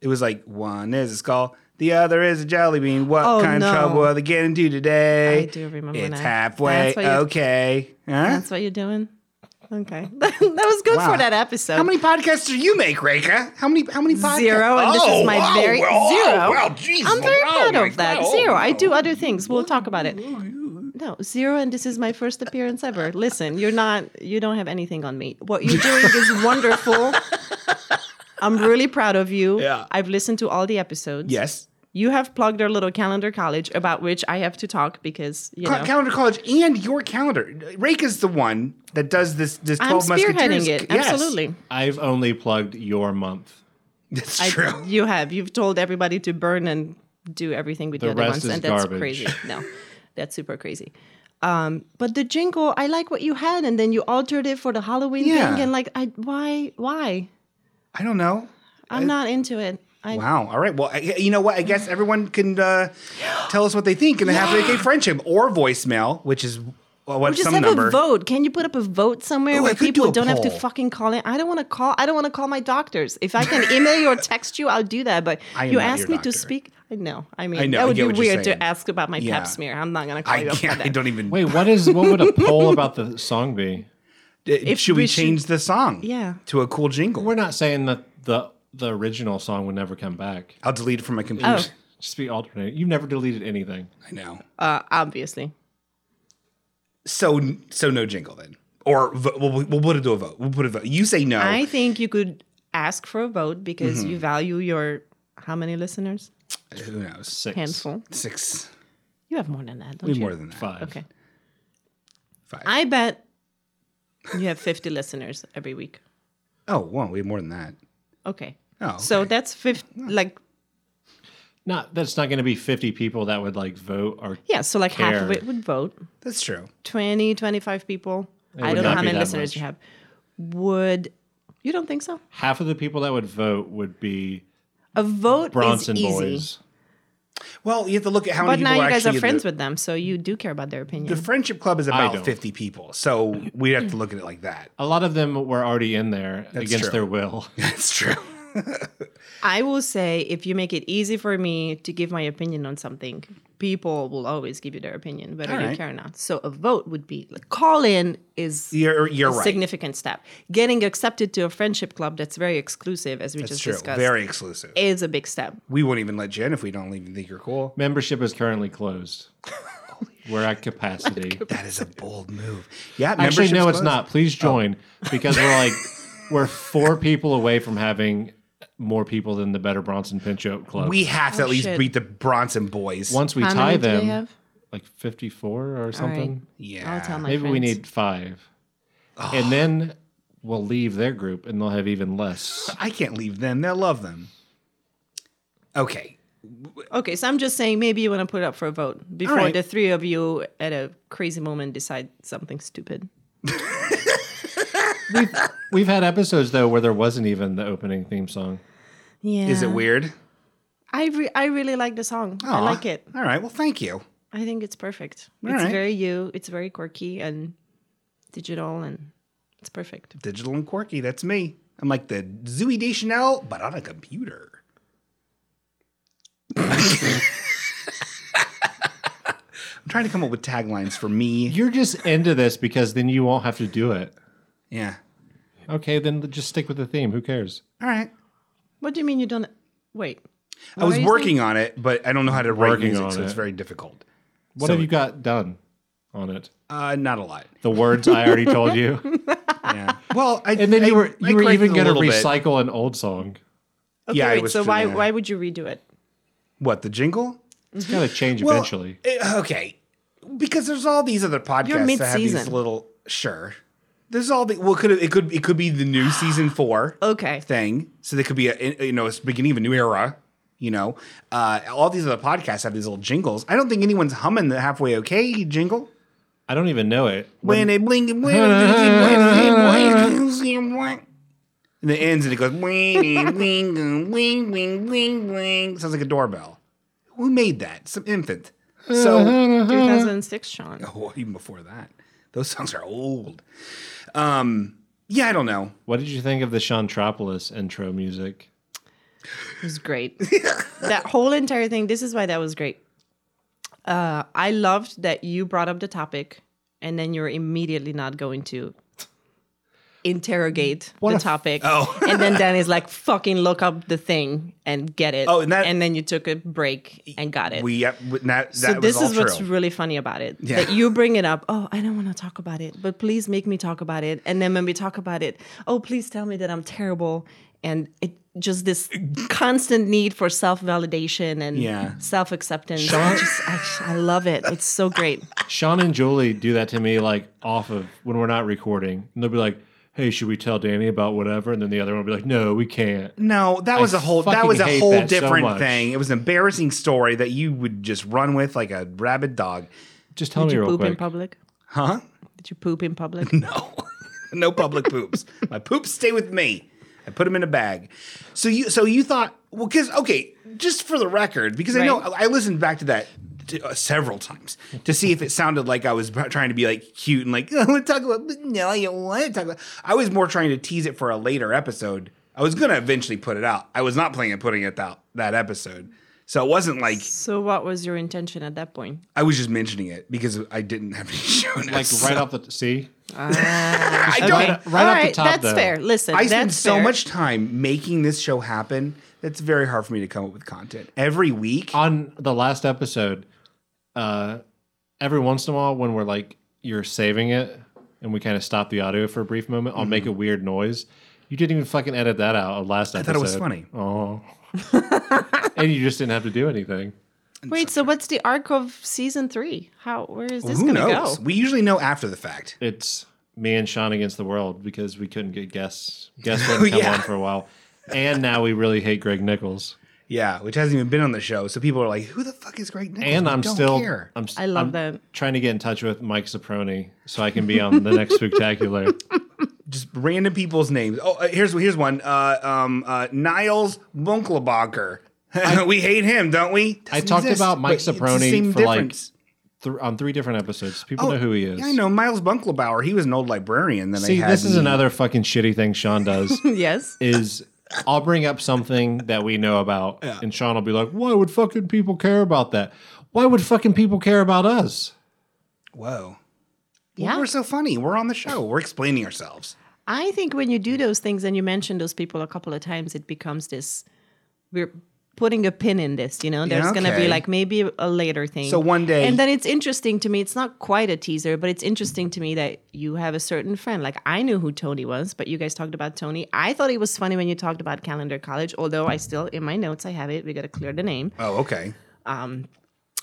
S3: It was like one is a skull, the other is a jelly bean. What
S4: Oh,
S3: kind
S4: no.
S3: of trouble are they getting into today?
S4: I do remember
S3: It's
S4: now.
S3: halfway.
S4: That's what you-
S3: Okay. Huh?
S4: That's what you're doing. Okay, that was good
S3: Wow.
S4: for that episode.
S3: How many podcasts do you make, Reka? How many? How many podcasts? Oh,
S4: Zero, and this is my very- zero.
S3: wow, jeez.
S4: I'm very
S3: Wow,
S4: proud
S3: Oh, my
S4: of that.
S3: God. Oh,
S4: Zero. I do other things. We'll talk about it. No, zero, and this is my first appearance ever. Listen, you're not, you don't have anything on me. What you're doing is wonderful. I'm really proud of you.
S3: Yeah.
S4: I've listened to all the episodes.
S3: Yes.
S4: You have plugged our little calendar college about which I have to talk because, you
S3: Ca-
S4: know.
S3: Calendar College and your calendar. Reka's the one that does this. This
S4: I'm
S3: twelve
S4: spearheading
S3: musketeers.
S4: it.
S3: Yes.
S4: Absolutely.
S2: I've only plugged your month.
S3: That's
S4: I-
S3: true.
S4: you have. You've told everybody to burn and do everything with the, other
S2: rest
S4: ones,
S2: is
S4: and that's
S2: garbage.
S4: crazy. No, that's super crazy. Um, but the jingle, I like what you had, and then you altered it for the Halloween
S3: Yeah.
S4: thing, and like, I why why
S3: I don't know.
S4: I'm not into it. I,
S3: Wow. All right. Well, I, you know what? I guess everyone can uh, tell us what they think in the Halfway K Friendship or voicemail, which is Well, what
S4: Or just
S3: some
S4: have
S3: number?
S4: a vote. Can you put up a vote somewhere
S3: Ooh, I
S4: where
S3: could do
S4: people
S3: a
S4: don't have to
S3: poll.
S4: fucking call in? I don't want to call. I don't want to call my doctors. If I can email you or text you, I'll do that. But
S3: I am
S4: you
S3: not
S4: asked
S3: your
S4: me
S3: doctor.
S4: to speak. I know. I mean,
S3: I know, I
S4: that would
S3: get
S4: be
S3: what you're
S4: weird
S3: saying.
S4: to ask about my
S3: Yeah.
S4: pep smear. I'm not gonna call
S3: I
S4: you up for
S3: can't.
S4: that.
S3: I don't even.
S2: Wait, what is what would a poll about the song be?
S3: If should we,
S4: we should-
S3: change the song?
S4: Yeah.
S3: To a cool jingle.
S2: We're not saying that the the original song would never come back.
S3: I'll delete it from my computer.
S4: Oh.
S2: Just be alternate. You've never deleted anything.
S3: I know.
S4: Uh, obviously.
S3: So so no jingle then, or vo- we'll, we'll put it to a vote. We'll put a vote. You say no.
S4: I think you could ask for a vote because you value your how many listeners?
S3: Who knows?
S2: Six.
S4: Handful.
S3: Six.
S4: You have more than that, don't
S3: We
S4: you?
S3: more than that.
S2: Five.
S4: Okay.
S3: Five.
S4: I bet you have 50 listeners every week.
S3: Oh, wow, we have more than that.
S4: Okay.
S3: Oh,
S4: So
S3: okay.
S4: that's 50, like,
S2: Not that's not going to be fifty people that would like vote or
S4: yeah, so like half of
S2: Care.
S4: it would vote.
S3: That's true.
S4: 20, 25 people. I
S2: would
S4: don't know
S2: not
S4: how
S2: be
S4: many
S2: that
S4: listeners you
S2: much.
S4: have. Would, you don't think so?
S2: half of the people that would vote would be
S4: A vote
S2: Bronson
S4: is easy.
S2: boys.
S3: Well, you have to look at how
S4: But
S3: many
S4: now
S3: people
S4: you guys are
S3: actually.
S4: friends
S3: the,
S4: with them, so you do care about their opinion.
S3: the friendship club is about
S2: don't.
S3: fifty people, so we'd have to look at it like that.
S2: A lot of them were already in there against
S3: true.
S2: their will.
S3: That's true.
S4: I will say if you make it easy for me to give my opinion on something, people will always give you their opinion, whether
S3: All
S4: you
S3: right.
S4: care or not. So a vote would be like call in is
S3: You're you're
S4: a
S3: right.
S4: significant step. Getting accepted to a friendship club that's very exclusive, as we
S3: That's
S4: just
S3: true.
S4: discussed,
S3: Very exclusive.
S4: is a big step.
S3: we won't even let you in if we don't even think you're cool.
S2: Membership is currently closed. we're at capacity.
S3: That is a bold move. Yeah,
S2: Actually,
S3: membership's
S2: no, it's
S3: closed. Oh.
S2: not. Please join because we're like we're four people away from having more people than the Better Bronson Pinchot Club.
S3: We have to
S4: Oh,
S3: at least
S4: shit.
S3: beat the Bronson boys.
S2: Once we
S4: How many
S2: tie
S4: do they
S2: them,
S4: have?
S2: like fifty-four or something.
S3: yeah,
S4: I'll tell my
S2: Maybe we
S4: friends.
S2: need five, and then we'll leave their group, and they'll have even less.
S3: I can't leave them. They'll love them. Okay.
S4: Okay, so I'm just saying maybe you want to put it up for a vote before
S3: right.
S4: the three of you at a crazy moment decide something stupid.
S2: We've had episodes though where there wasn't even the opening theme song.
S4: Yeah.
S3: Is it weird?
S4: I re- I really like the song. I
S3: Aw.
S4: like it.
S3: All right. Well, thank you.
S4: I think it's perfect.
S3: All
S4: it's
S3: right.
S4: very you. It's very quirky and digital, and it's perfect.
S3: Digital and quirky. That's me. I'm like the Zooey Deschanel, but on a computer. I'm trying to come up with taglines for me.
S2: You're just into this because then you won't have to do it.
S3: Yeah.
S2: Okay, then just stick with the theme. Who cares?
S3: All right.
S4: What do you mean you don't? Wait.
S3: I was
S4: are you
S3: working on it, but I don't know how to write
S2: Working
S3: music,
S2: on
S3: so it's
S2: it.
S3: very difficult.
S2: What
S3: So-
S2: have you got done on it?
S3: Uh, not a lot.
S2: The words I already told you,
S3: Yeah. Well, I
S2: and then
S3: I-
S2: you were
S3: I
S2: you were
S3: corrected
S2: even
S3: a
S2: going to
S3: little bit.
S2: recycle an old song.
S4: Okay,
S3: Yeah, I
S4: wait.
S3: was
S4: so why
S3: trying to-
S4: why would you redo it?
S3: what the jingle.
S2: It's got to change
S3: Well,
S2: eventually.
S3: eh, okay, because there's all these other podcasts that have these
S4: mid-season.
S3: little sure. There's all the well, could it could it could be the new season four
S4: Okay.
S3: thing. So there could be a you know it's beginning of a new era. You know, uh, all these other podcasts have these little jingles. I don't think anyone's humming the halfway okay jingle.
S2: I don't even know it.
S3: When they blink and when and it ends and it goes wing wing wing wing wing wing. Sounds like a doorbell. Who made that? Some infant. So
S4: 2006, Sean.
S3: Mm-hmm. Oh, even before that. Those songs are old. Um, yeah, I don't know.
S2: What did you think of the Chantropolis intro music?
S4: It was great. that whole entire thing. This is why that was great. Uh, I loved that you brought up the topic, and then you're immediately not going to
S3: Mm.
S4: interrogate the topic.
S3: Oh.
S4: and then Danny's like, "Fucking look up the thing and get it."
S3: Oh, and that-
S4: then you took a break and got
S2: Eh,
S4: it.
S3: We yep, that, that
S4: so
S3: was
S4: this
S3: all
S4: is what's
S3: true.
S4: really funny about it
S3: Yeah.
S4: that you bring it up. Oh, I don't want to talk about it, but please make me talk about it. And then when we talk about it, oh, please tell me that I'm terrible. And it just this constant need for self validation and
S3: Yeah.
S4: self acceptance. I just I, just- I love it. It's so great.
S2: Sean and Julie do that to me like off of when we're not recording. And they'll be like, "Hey, should we tell Danny about whatever?" And then the other one will be like, "No, we can't."
S3: no, that was a whole that
S2: fucking
S3: was a
S2: hate
S3: whole
S2: that so
S3: different
S2: much.
S3: thing. It was an embarrassing story that you would just run with like a rabid dog.
S2: Just tell
S4: Did
S2: me
S4: you
S2: real
S4: poop in
S2: quick.
S4: public?
S3: Huh?
S4: Did you poop in public?
S3: No. no public poops. My poops stay with me. I put them in a bag. So you so you thought well cuz okay, just for the record because I know I listened back to that t- uh, several times to see if it sounded like I was b- trying to be like cute and like I want to talk about. But no, I don't want to talk about. I was more trying to tease it for a later episode. I was gonna eventually put it out. I was not planning on putting it out that episode, so it wasn't like
S4: So, what was your intention at that point?
S3: I was just mentioning it because I didn't have any show notes.
S2: Like
S3: so-
S2: right off the see,
S3: I don't.
S2: right, right off
S4: All right,
S2: the top.
S4: that's
S2: though.
S4: fair. Listen,
S3: I spend
S4: that's
S3: so
S4: fair.
S3: much time making this show happen. That's very hard for me to come up with content every week.
S2: on the last episode, uh, every once in a while when we're like you're saving it and we kind of stop the audio for a brief moment, I'll make a weird noise. You didn't even fucking edit that out of last
S3: thought
S2: episode.
S3: it was funny.
S2: Oh. and you just didn't have to do anything.
S4: Wait, so what's the arc of season three? How? Where is this
S3: Who
S4: going to
S3: knows?
S4: go?
S3: We usually know after the fact.
S2: It's me and Sean against the world because we couldn't get guests. Guests didn't come
S3: yeah.
S2: on for a while. And now we really hate Greg Nichols.
S3: Yeah, which hasn't even been on the show. So people are like, "Who the fuck is Greg Nichols?"
S2: And
S3: We
S2: I'm
S3: don't
S2: still
S3: care.
S2: I'm s-
S4: I love
S2: I'm
S4: that.
S2: trying to get in touch with Mike Soproni so I can be on the next spectacular.
S3: just random people's names. Oh, uh, here's here's one. Uh, um, uh, Niles Bunkelbacher. we hate him, don't we?
S2: I
S3: Doesn't
S2: talked
S3: exist.
S2: about Mike
S3: But it's the
S2: Soproni
S3: same
S2: for, like,
S3: difference.
S2: th- on three different episodes. People know who he is.
S3: Oh, Yeah, I know Miles Bunkelbauer. He was an old librarian that
S2: See,
S3: I had.
S2: this is
S3: in-
S2: another fucking shitty thing Sean does.
S4: yes.
S2: is I'll bring up something that we know about, and Sean will be like, "Why would fucking people care about that? Why would fucking people care about us?"
S3: Whoa.
S4: Yeah.
S3: We're so funny. We're on the show. We're explaining ourselves.
S4: I think when you do those things and you mention those people a couple of times, it becomes this. We're putting a pin in this, you know. There's going to
S3: okay.
S4: be like maybe a later thing.
S3: So one day-
S4: and then it's interesting to me. It's not quite a teaser, but it's interesting to me that you have a certain friend. Like I knew who Tony was, but you guys talked about Tony. I thought it was funny when you talked about Calendar College. Although I still in my notes I have it. We got to clear the name,
S3: Oh, okay.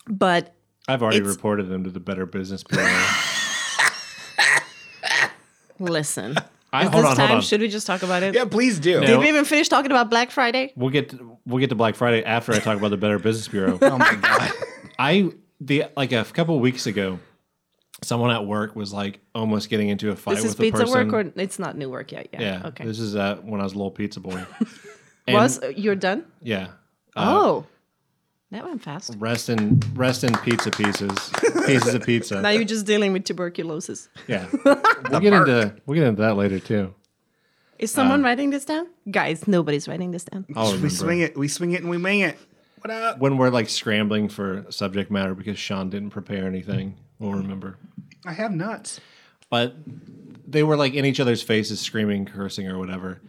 S4: but
S2: I've already
S4: It's-
S2: reported them to the Better Business Bureau.
S4: listen.
S2: I,
S4: At
S2: hold
S4: this
S2: on,
S4: time,
S2: hold on.
S4: should we just talk about it?
S3: Yeah, please do.
S2: No.
S4: Did we even finish talking about Black Friday?
S2: We'll get to, we'll get to Black Friday after I talk about the Better Business Bureau.
S3: Oh my god.
S2: I the like a couple weeks ago, someone at work was like almost getting into a fight
S4: This
S2: with
S4: is
S2: a
S4: pizza
S2: person.
S4: work or it's not new work yet? Yeah.
S2: yeah,
S4: Okay.
S2: this is uh, when I was a little pizza boy. And-
S4: was you're done?
S2: yeah.
S4: oh, that went fast.
S2: Rest in rest in pizza pieces, pieces of pizza.
S4: Now you're just dealing with tuberculosis.
S2: Yeah, we'll get into we'll get into that later too.
S4: Is someone writing this down? Guys, nobody's writing this down.
S2: I'll
S3: we
S2: remember.
S3: swing it. We swing it and we wing it. What up?
S2: when we're like scrambling for subject matter because Sean didn't prepare anything. We'll remember.
S3: I have nuts.
S2: But they were like in each other's faces, screaming, cursing, or whatever.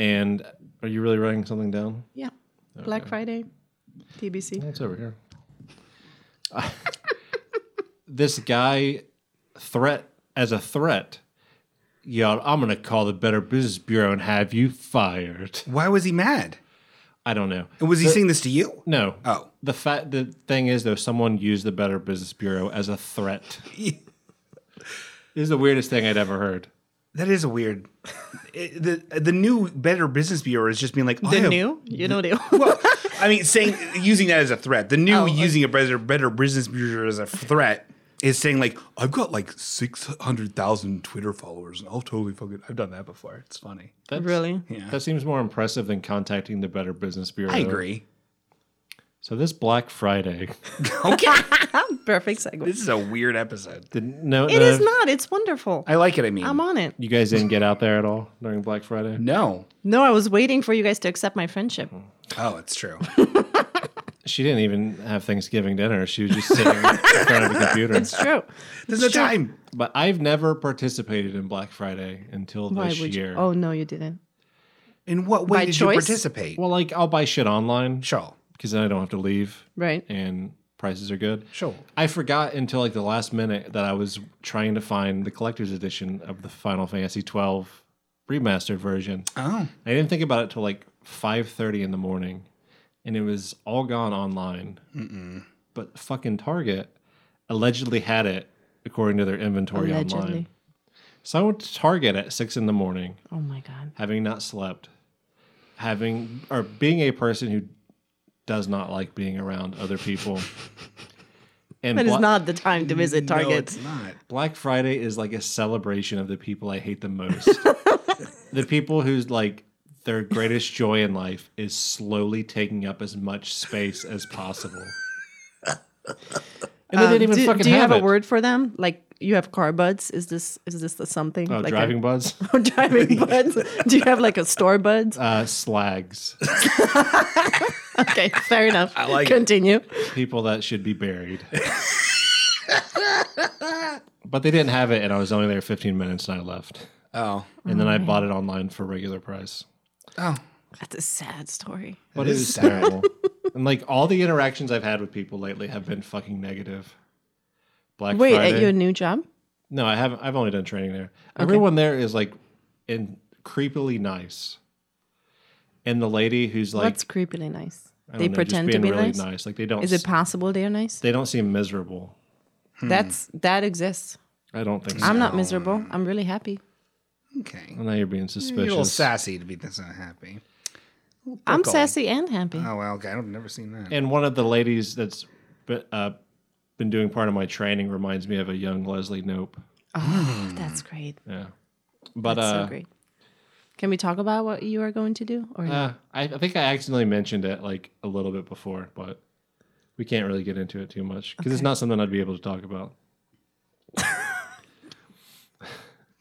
S2: And are you really writing something down?
S4: Yeah. Black Friday, TBC.
S2: It's over here. this guy threat as a threat. Yo, I'm gonna call the Better Business Bureau and have you fired.
S3: Why was he mad?
S2: I don't know.
S3: And was he saying this to you?
S2: No.
S3: Oh.
S2: The fact the thing is though, someone used the Better Business Bureau as a threat. this is the weirdest thing I'd ever heard.
S3: That is a weird. it- the The new Better Business Bureau is just being like I
S4: The
S3: have-
S4: new, you know the
S3: Well, I mean, saying using that as a threat. The new
S4: Oh, okay.
S3: using a better Better Business Bureau as a threat is saying like I've got like six hundred thousand Twitter followers and I'll totally fucking I've done that before. It's funny.
S2: That's,
S4: really.
S2: That seems more impressive than contacting the Better Business Bureau.
S3: I agree.
S2: So this Black Friday,
S3: Okay,
S4: Perfect segue.
S3: this is a weird episode.
S2: did, no, no,
S4: It is not. It's wonderful.
S3: I like it. I mean,
S4: I'm on it.
S2: You guys didn't get out there at all during Black Friday.
S3: no.
S4: No, I was waiting for you guys to accept my friendship.
S3: Oh, it's true.
S2: She didn't even have Thanksgiving dinner. She was just sitting in front of a computer.
S4: It's true.
S3: There's no time.
S2: But I've never participated in Black Friday until
S4: Why
S2: this
S4: would
S2: year.
S4: you? Oh no, you didn't.
S3: In what way
S4: By
S3: did you
S4: choice?
S3: participate?
S2: Well, like I'll buy shit online
S3: sure,
S2: because then I don't have to leave.
S4: Right.
S2: and prices are good.
S3: Sure.
S2: I forgot until like the last minute that I was trying to find the collector's edition of the Final Fantasy twelve remastered version.
S3: Oh.
S2: I didn't think about it till like five thirty in the morning, and it was all gone online. Mm-mm. But fucking Target allegedly had it according to their inventory online.
S4: Allegedly.
S2: So I went to Target at six in the morning
S4: Oh my god.
S2: having not slept, having or being a person who does not like being around other people. And
S4: That is
S2: Bla-
S4: not the time to visit
S3: No,
S4: Target.
S3: it's not.
S2: Black Friday is like a celebration of the people I hate the most. the people who's like their greatest joy in life is slowly taking up as much space as possible. And they didn't even
S4: Um, do,
S2: fucking
S4: do you have,
S2: have, it.
S4: a word for them? Like you have car buds? Is this is this the something?
S2: Oh,
S4: like
S2: driving
S4: a,
S2: buds?
S4: driving buds. Do you have like a store buds?
S2: Uh, slags.
S4: Okay, fair enough. I
S3: like it.
S4: Continue.
S2: People that should be buried. but they didn't have it, and I was only there 15 minutes and I left.
S3: Oh.
S2: And then I bought it online for regular price.
S3: Oh.
S4: That's a sad story.
S2: But it was terrible. and like all the interactions I've had with people lately have been fucking negative. Black
S4: Wait,
S2: Friday.
S4: at your new job?
S2: No, I haven't. I've only done training there. Everyone there is like in creepily nice. And the lady who's like,
S4: That's creepily nice.
S2: I don't
S4: They
S2: know, just
S4: pretend to
S2: being
S4: be
S2: really
S4: nice?
S2: Like they don't,
S4: Is it possible they're nice?
S2: they Hmm. don't seem miserable.
S4: That's that exists.
S2: I don't think so.
S4: I'm not miserable. I'm really happy.
S3: Okay.
S2: Well, now you're being
S3: You're a little
S2: suspicious.
S3: sassy to be this unhappy.
S4: I'm sassy and happy.
S2: Um,
S3: Oh well, okay. I've never seen that.
S2: and one of the ladies that's been, uh, been doing part of my training reminds me of a young Leslie Nope.
S4: That's great.
S2: Yeah. But
S4: That's
S2: uh,
S4: so great. Can we talk about what you are going to do? Or
S2: Uh, I, I think I accidentally mentioned it like a little bit before, but we can't really get into it too much because it's not something I'd be able to talk about.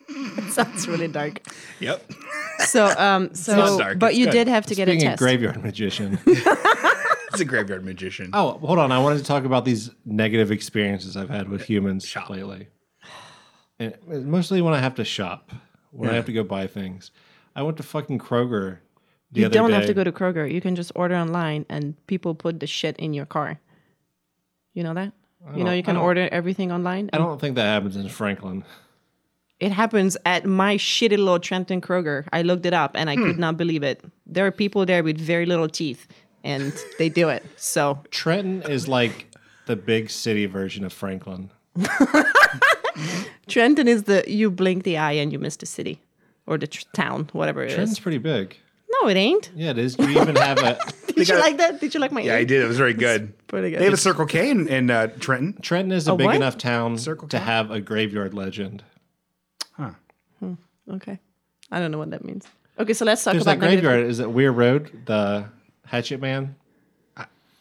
S4: it sounds really dark.
S3: Yep.
S4: So, um, so,
S3: not dark,
S4: but
S3: it's
S4: you
S3: good.
S4: did have to get a
S2: Being a
S4: test.
S2: graveyard magician.
S3: It's a graveyard magician.
S2: oh, hold on. I wanted to talk about these negative experiences I've had with humans lately, and mostly when I have to shop, when I have to go buy things. I went to fucking Kroger. The
S4: you
S2: other
S4: don't have
S2: day.
S4: to go to Kroger. You can just order online, and people put the shit in your car. You know that? You know
S2: don't-
S4: you
S2: I
S4: can
S2: don't-
S4: order everything online.
S2: I don't think that happens in Franklin.
S4: It happens at my shitty little Trenton Kroger. I looked it up and I
S2: Hmm.
S4: could not believe it. There are people there with very little teeth, and they do it. So
S2: Trenton is like the big city version of Franklin.
S4: Trenton is the you blink the eye and you miss the city, or the tr- town, whatever it is.
S2: Trenton's pretty big.
S4: No, it ain't.
S2: Yeah, it is. You even have a
S4: Did you
S3: got-
S4: like that? Did you like my?
S3: yeah, I
S4: ink?
S3: did. It was very good.
S4: pretty good.
S3: They have a Circle K in, in uh, Trenton.
S2: Trenton is a, big
S4: what?
S2: enough town
S3: Circle
S2: to
S3: K?
S2: have a graveyard legend.
S4: Okay, I don't know what that means. Okay, so let's talk
S2: There's
S4: about
S2: that
S4: negative-
S2: graveyard. Is it Weir Road? The Hatchet Man.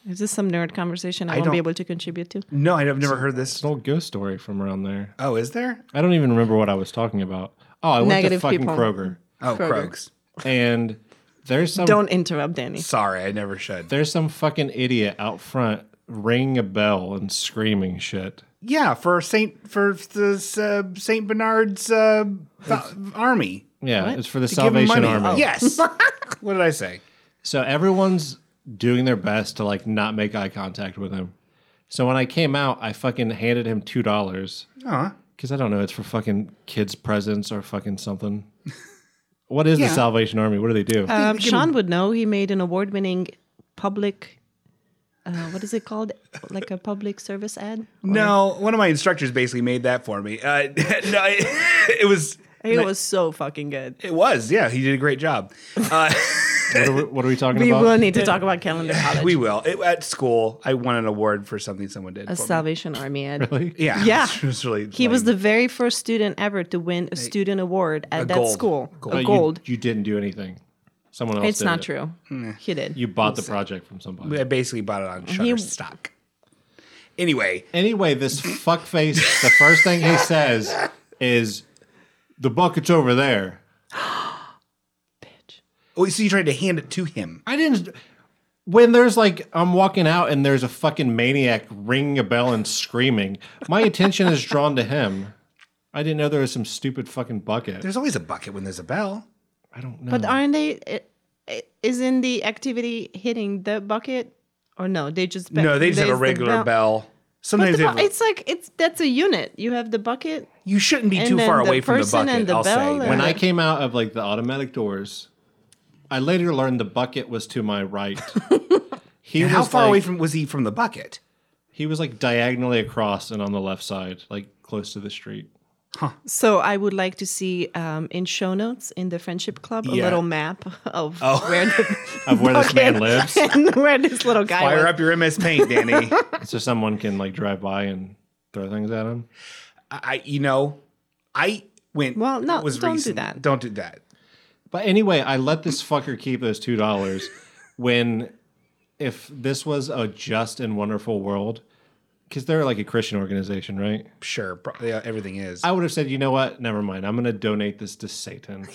S4: Is this some nerd conversation I, won't
S3: don't-
S4: be able to contribute to?
S3: No, I've never heard this.
S2: It's an old ghost story from around there.
S3: Oh, is there?
S2: I don't even remember what I was talking about. Oh, I went to
S4: Negative
S2: fucking
S4: people.
S2: Kroger,
S3: Oh,
S4: Kroger.
S3: Krogs.
S2: and there's some
S4: Don't interrupt, Danny.
S3: Sorry, I never should.
S2: there's some fucking idiot out front ringing a bell and screaming shit.
S3: Yeah, for Saint for the uh, Saint Bernard's uh, fa- army.
S2: Yeah, it's for the
S3: Give 'em
S2: Salvation
S3: money. Oh,
S2: Army.
S3: Yes. what did I say?
S2: So everyone's doing their best to like not make eye contact with him. So when I came out, I fucking handed him two dollars.
S4: Uh-huh.
S3: Uh,
S2: Because I don't know, it's for fucking kids' presents or fucking something. What is
S3: Yeah.
S2: the Salvation Army? What do they do?
S4: Um, Sean would know. He made an award-winning public. Uh, what is it called? Like a public service ad?
S3: no, one of my instructors basically made that for me. Uh, no, it, it was
S4: It was so fucking good.
S3: it was yeah. He did a great job. Uh,
S2: what, are we, what are we talking
S4: We
S2: about?
S4: will need to talk about calendar college.
S3: we will It- at school. I won an award for something someone did.
S4: a
S3: for me.
S4: Salvation Army ad.
S3: Yeah,
S4: Yeah.
S3: It was really
S4: He was
S3: lame.
S4: the very first student ever to win a student award at that
S3: gold.
S4: school.
S2: But
S4: A
S2: you-
S4: gold.
S2: You, didn't do anything. Someone else.
S4: it's
S2: did
S4: not
S2: it.
S4: true. He did.
S2: You bought the project from somebody.
S3: I basically bought it on Shutterstock. Anyway,
S2: Anyway, this fuckface. the first thing he says is, "The bucket's over there."
S3: oh, so you tried to hand it to him.
S2: I didn't. When there's like, I'm walking out and there's a fucking maniac ringing a bell and screaming. My attention is drawn to him. I didn't know there was some stupid fucking bucket.
S3: There's always a bucket when there's a bell.
S2: I don't know.
S4: But aren't they? i- i- Isn't the activity hitting the bucket? Or no, they just be-
S3: No, they just have a
S4: there's the
S3: regular bell.
S4: But
S3: Sometimes
S4: the
S3: they have,
S4: bu- it's like it's that's a unit. You have the bucket.
S3: you shouldn't be
S4: and
S3: too
S4: then
S3: far
S4: the
S3: away from the
S4: person
S3: bucket.
S4: and the
S3: I'll
S4: bell
S3: say.
S2: When I came out of like the automatic doors, I later learned the bucket was to my right. He
S3: And how
S2: was
S3: far
S2: like,
S3: away from was he from the bucket?
S2: He was like diagonally across and on the left side, like close to the street.
S4: So I would like to see um, in show notes in the friendship club a
S3: Yeah. Oh.
S4: little map of where the,
S2: Of where this man lives,
S4: and where this little guy.
S3: Fire
S4: was.
S3: up your MS Paint, Danny.
S2: so someone can like drive by and throw things at him.
S3: I, you know, I went.
S4: Well, no,
S3: it was
S4: don't do
S3: recent.
S4: that.
S3: Don't do that.
S2: But anyway, I let this fucker keep those two dollars. when, if this was a just and wonderful world, because they're like a Christian organization, right?
S3: Sure, pro- yeah, everything is.
S2: I would have said, you know what? Never mind. I'm going to donate this to Satan.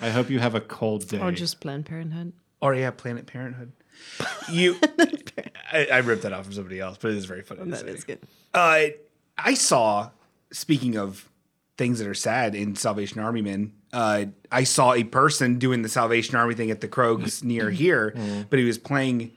S2: I hope you have a cold day.
S4: Or just Planned Parenthood.
S3: or yeah, Planet Parenthood. You, I, I ripped that off from somebody else, but it is very funny. to
S4: That
S3: say.
S4: is good.
S3: Uh, I saw, speaking of things that are sad in Salvation Army men, uh, I saw a person doing the Salvation Army thing at the Krogs near
S4: Mm-hmm.
S3: here, but he was playing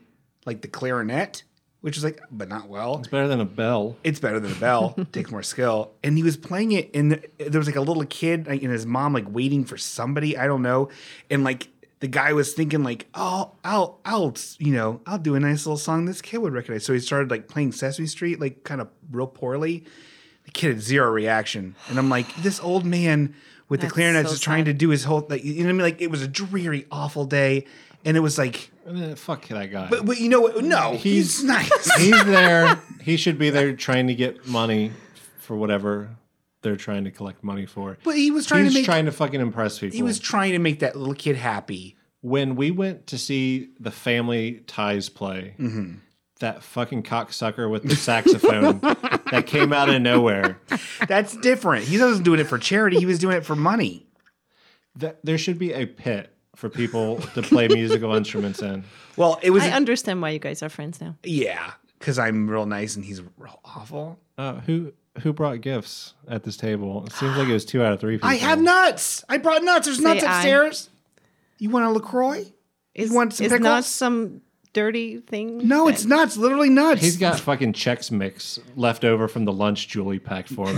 S3: like the clarinet, which was like, but not well.
S2: better than a bell.
S3: It's better than a bell, takes more skill. And he was playing it, and the- there was like a little kid like, and his mom like waiting for somebody, I don't know. And like, the guy was thinking like, oh, I'll, I'll, you know, I'll do a nice little song this kid would recognize. So he started like playing Sesame Street, like kind of real poorly the kid had zero reaction. And I'm like, this old man with the
S4: That's
S3: clarinet
S4: so
S3: is trying
S4: sad.
S3: to do his whole like you know what I mean? Like it was a dreary, awful day. And it was like
S2: Eh, fuck that guy.
S3: but, but you know what? No, he's,
S2: He's-
S3: nice.
S2: He's there. He should be there trying to get money for whatever they're trying to collect money for.
S3: but he was trying
S2: He's
S3: to make
S2: trying to fucking impress people.
S3: he was trying to make that little kid happy.
S2: when we went to see the Family Ties play,
S3: Mm-hmm.
S2: that fucking cocksucker with the saxophone that came out of nowhere.
S3: That's different. He wasn't doing it for charity, he was doing it for money.
S2: That there should be a pit for people to play musical instruments in.
S3: Well, it was
S4: I understand why you guys are friends now.
S3: yeah, cuz I'm real nice and he's real awful.
S2: Uh, who who brought gifts at this table? It seems like it was two out of three people.
S3: I have nuts. I brought nuts. There's nuts
S4: aye.
S3: upstairs. You want a LaCroix?
S4: It's,
S3: want some
S4: it's not
S3: pickles?
S4: some dirty thing.
S3: No, it's nuts. Literally nuts.
S2: He's got fucking Chex Mix left over from the lunch Julie packed for him.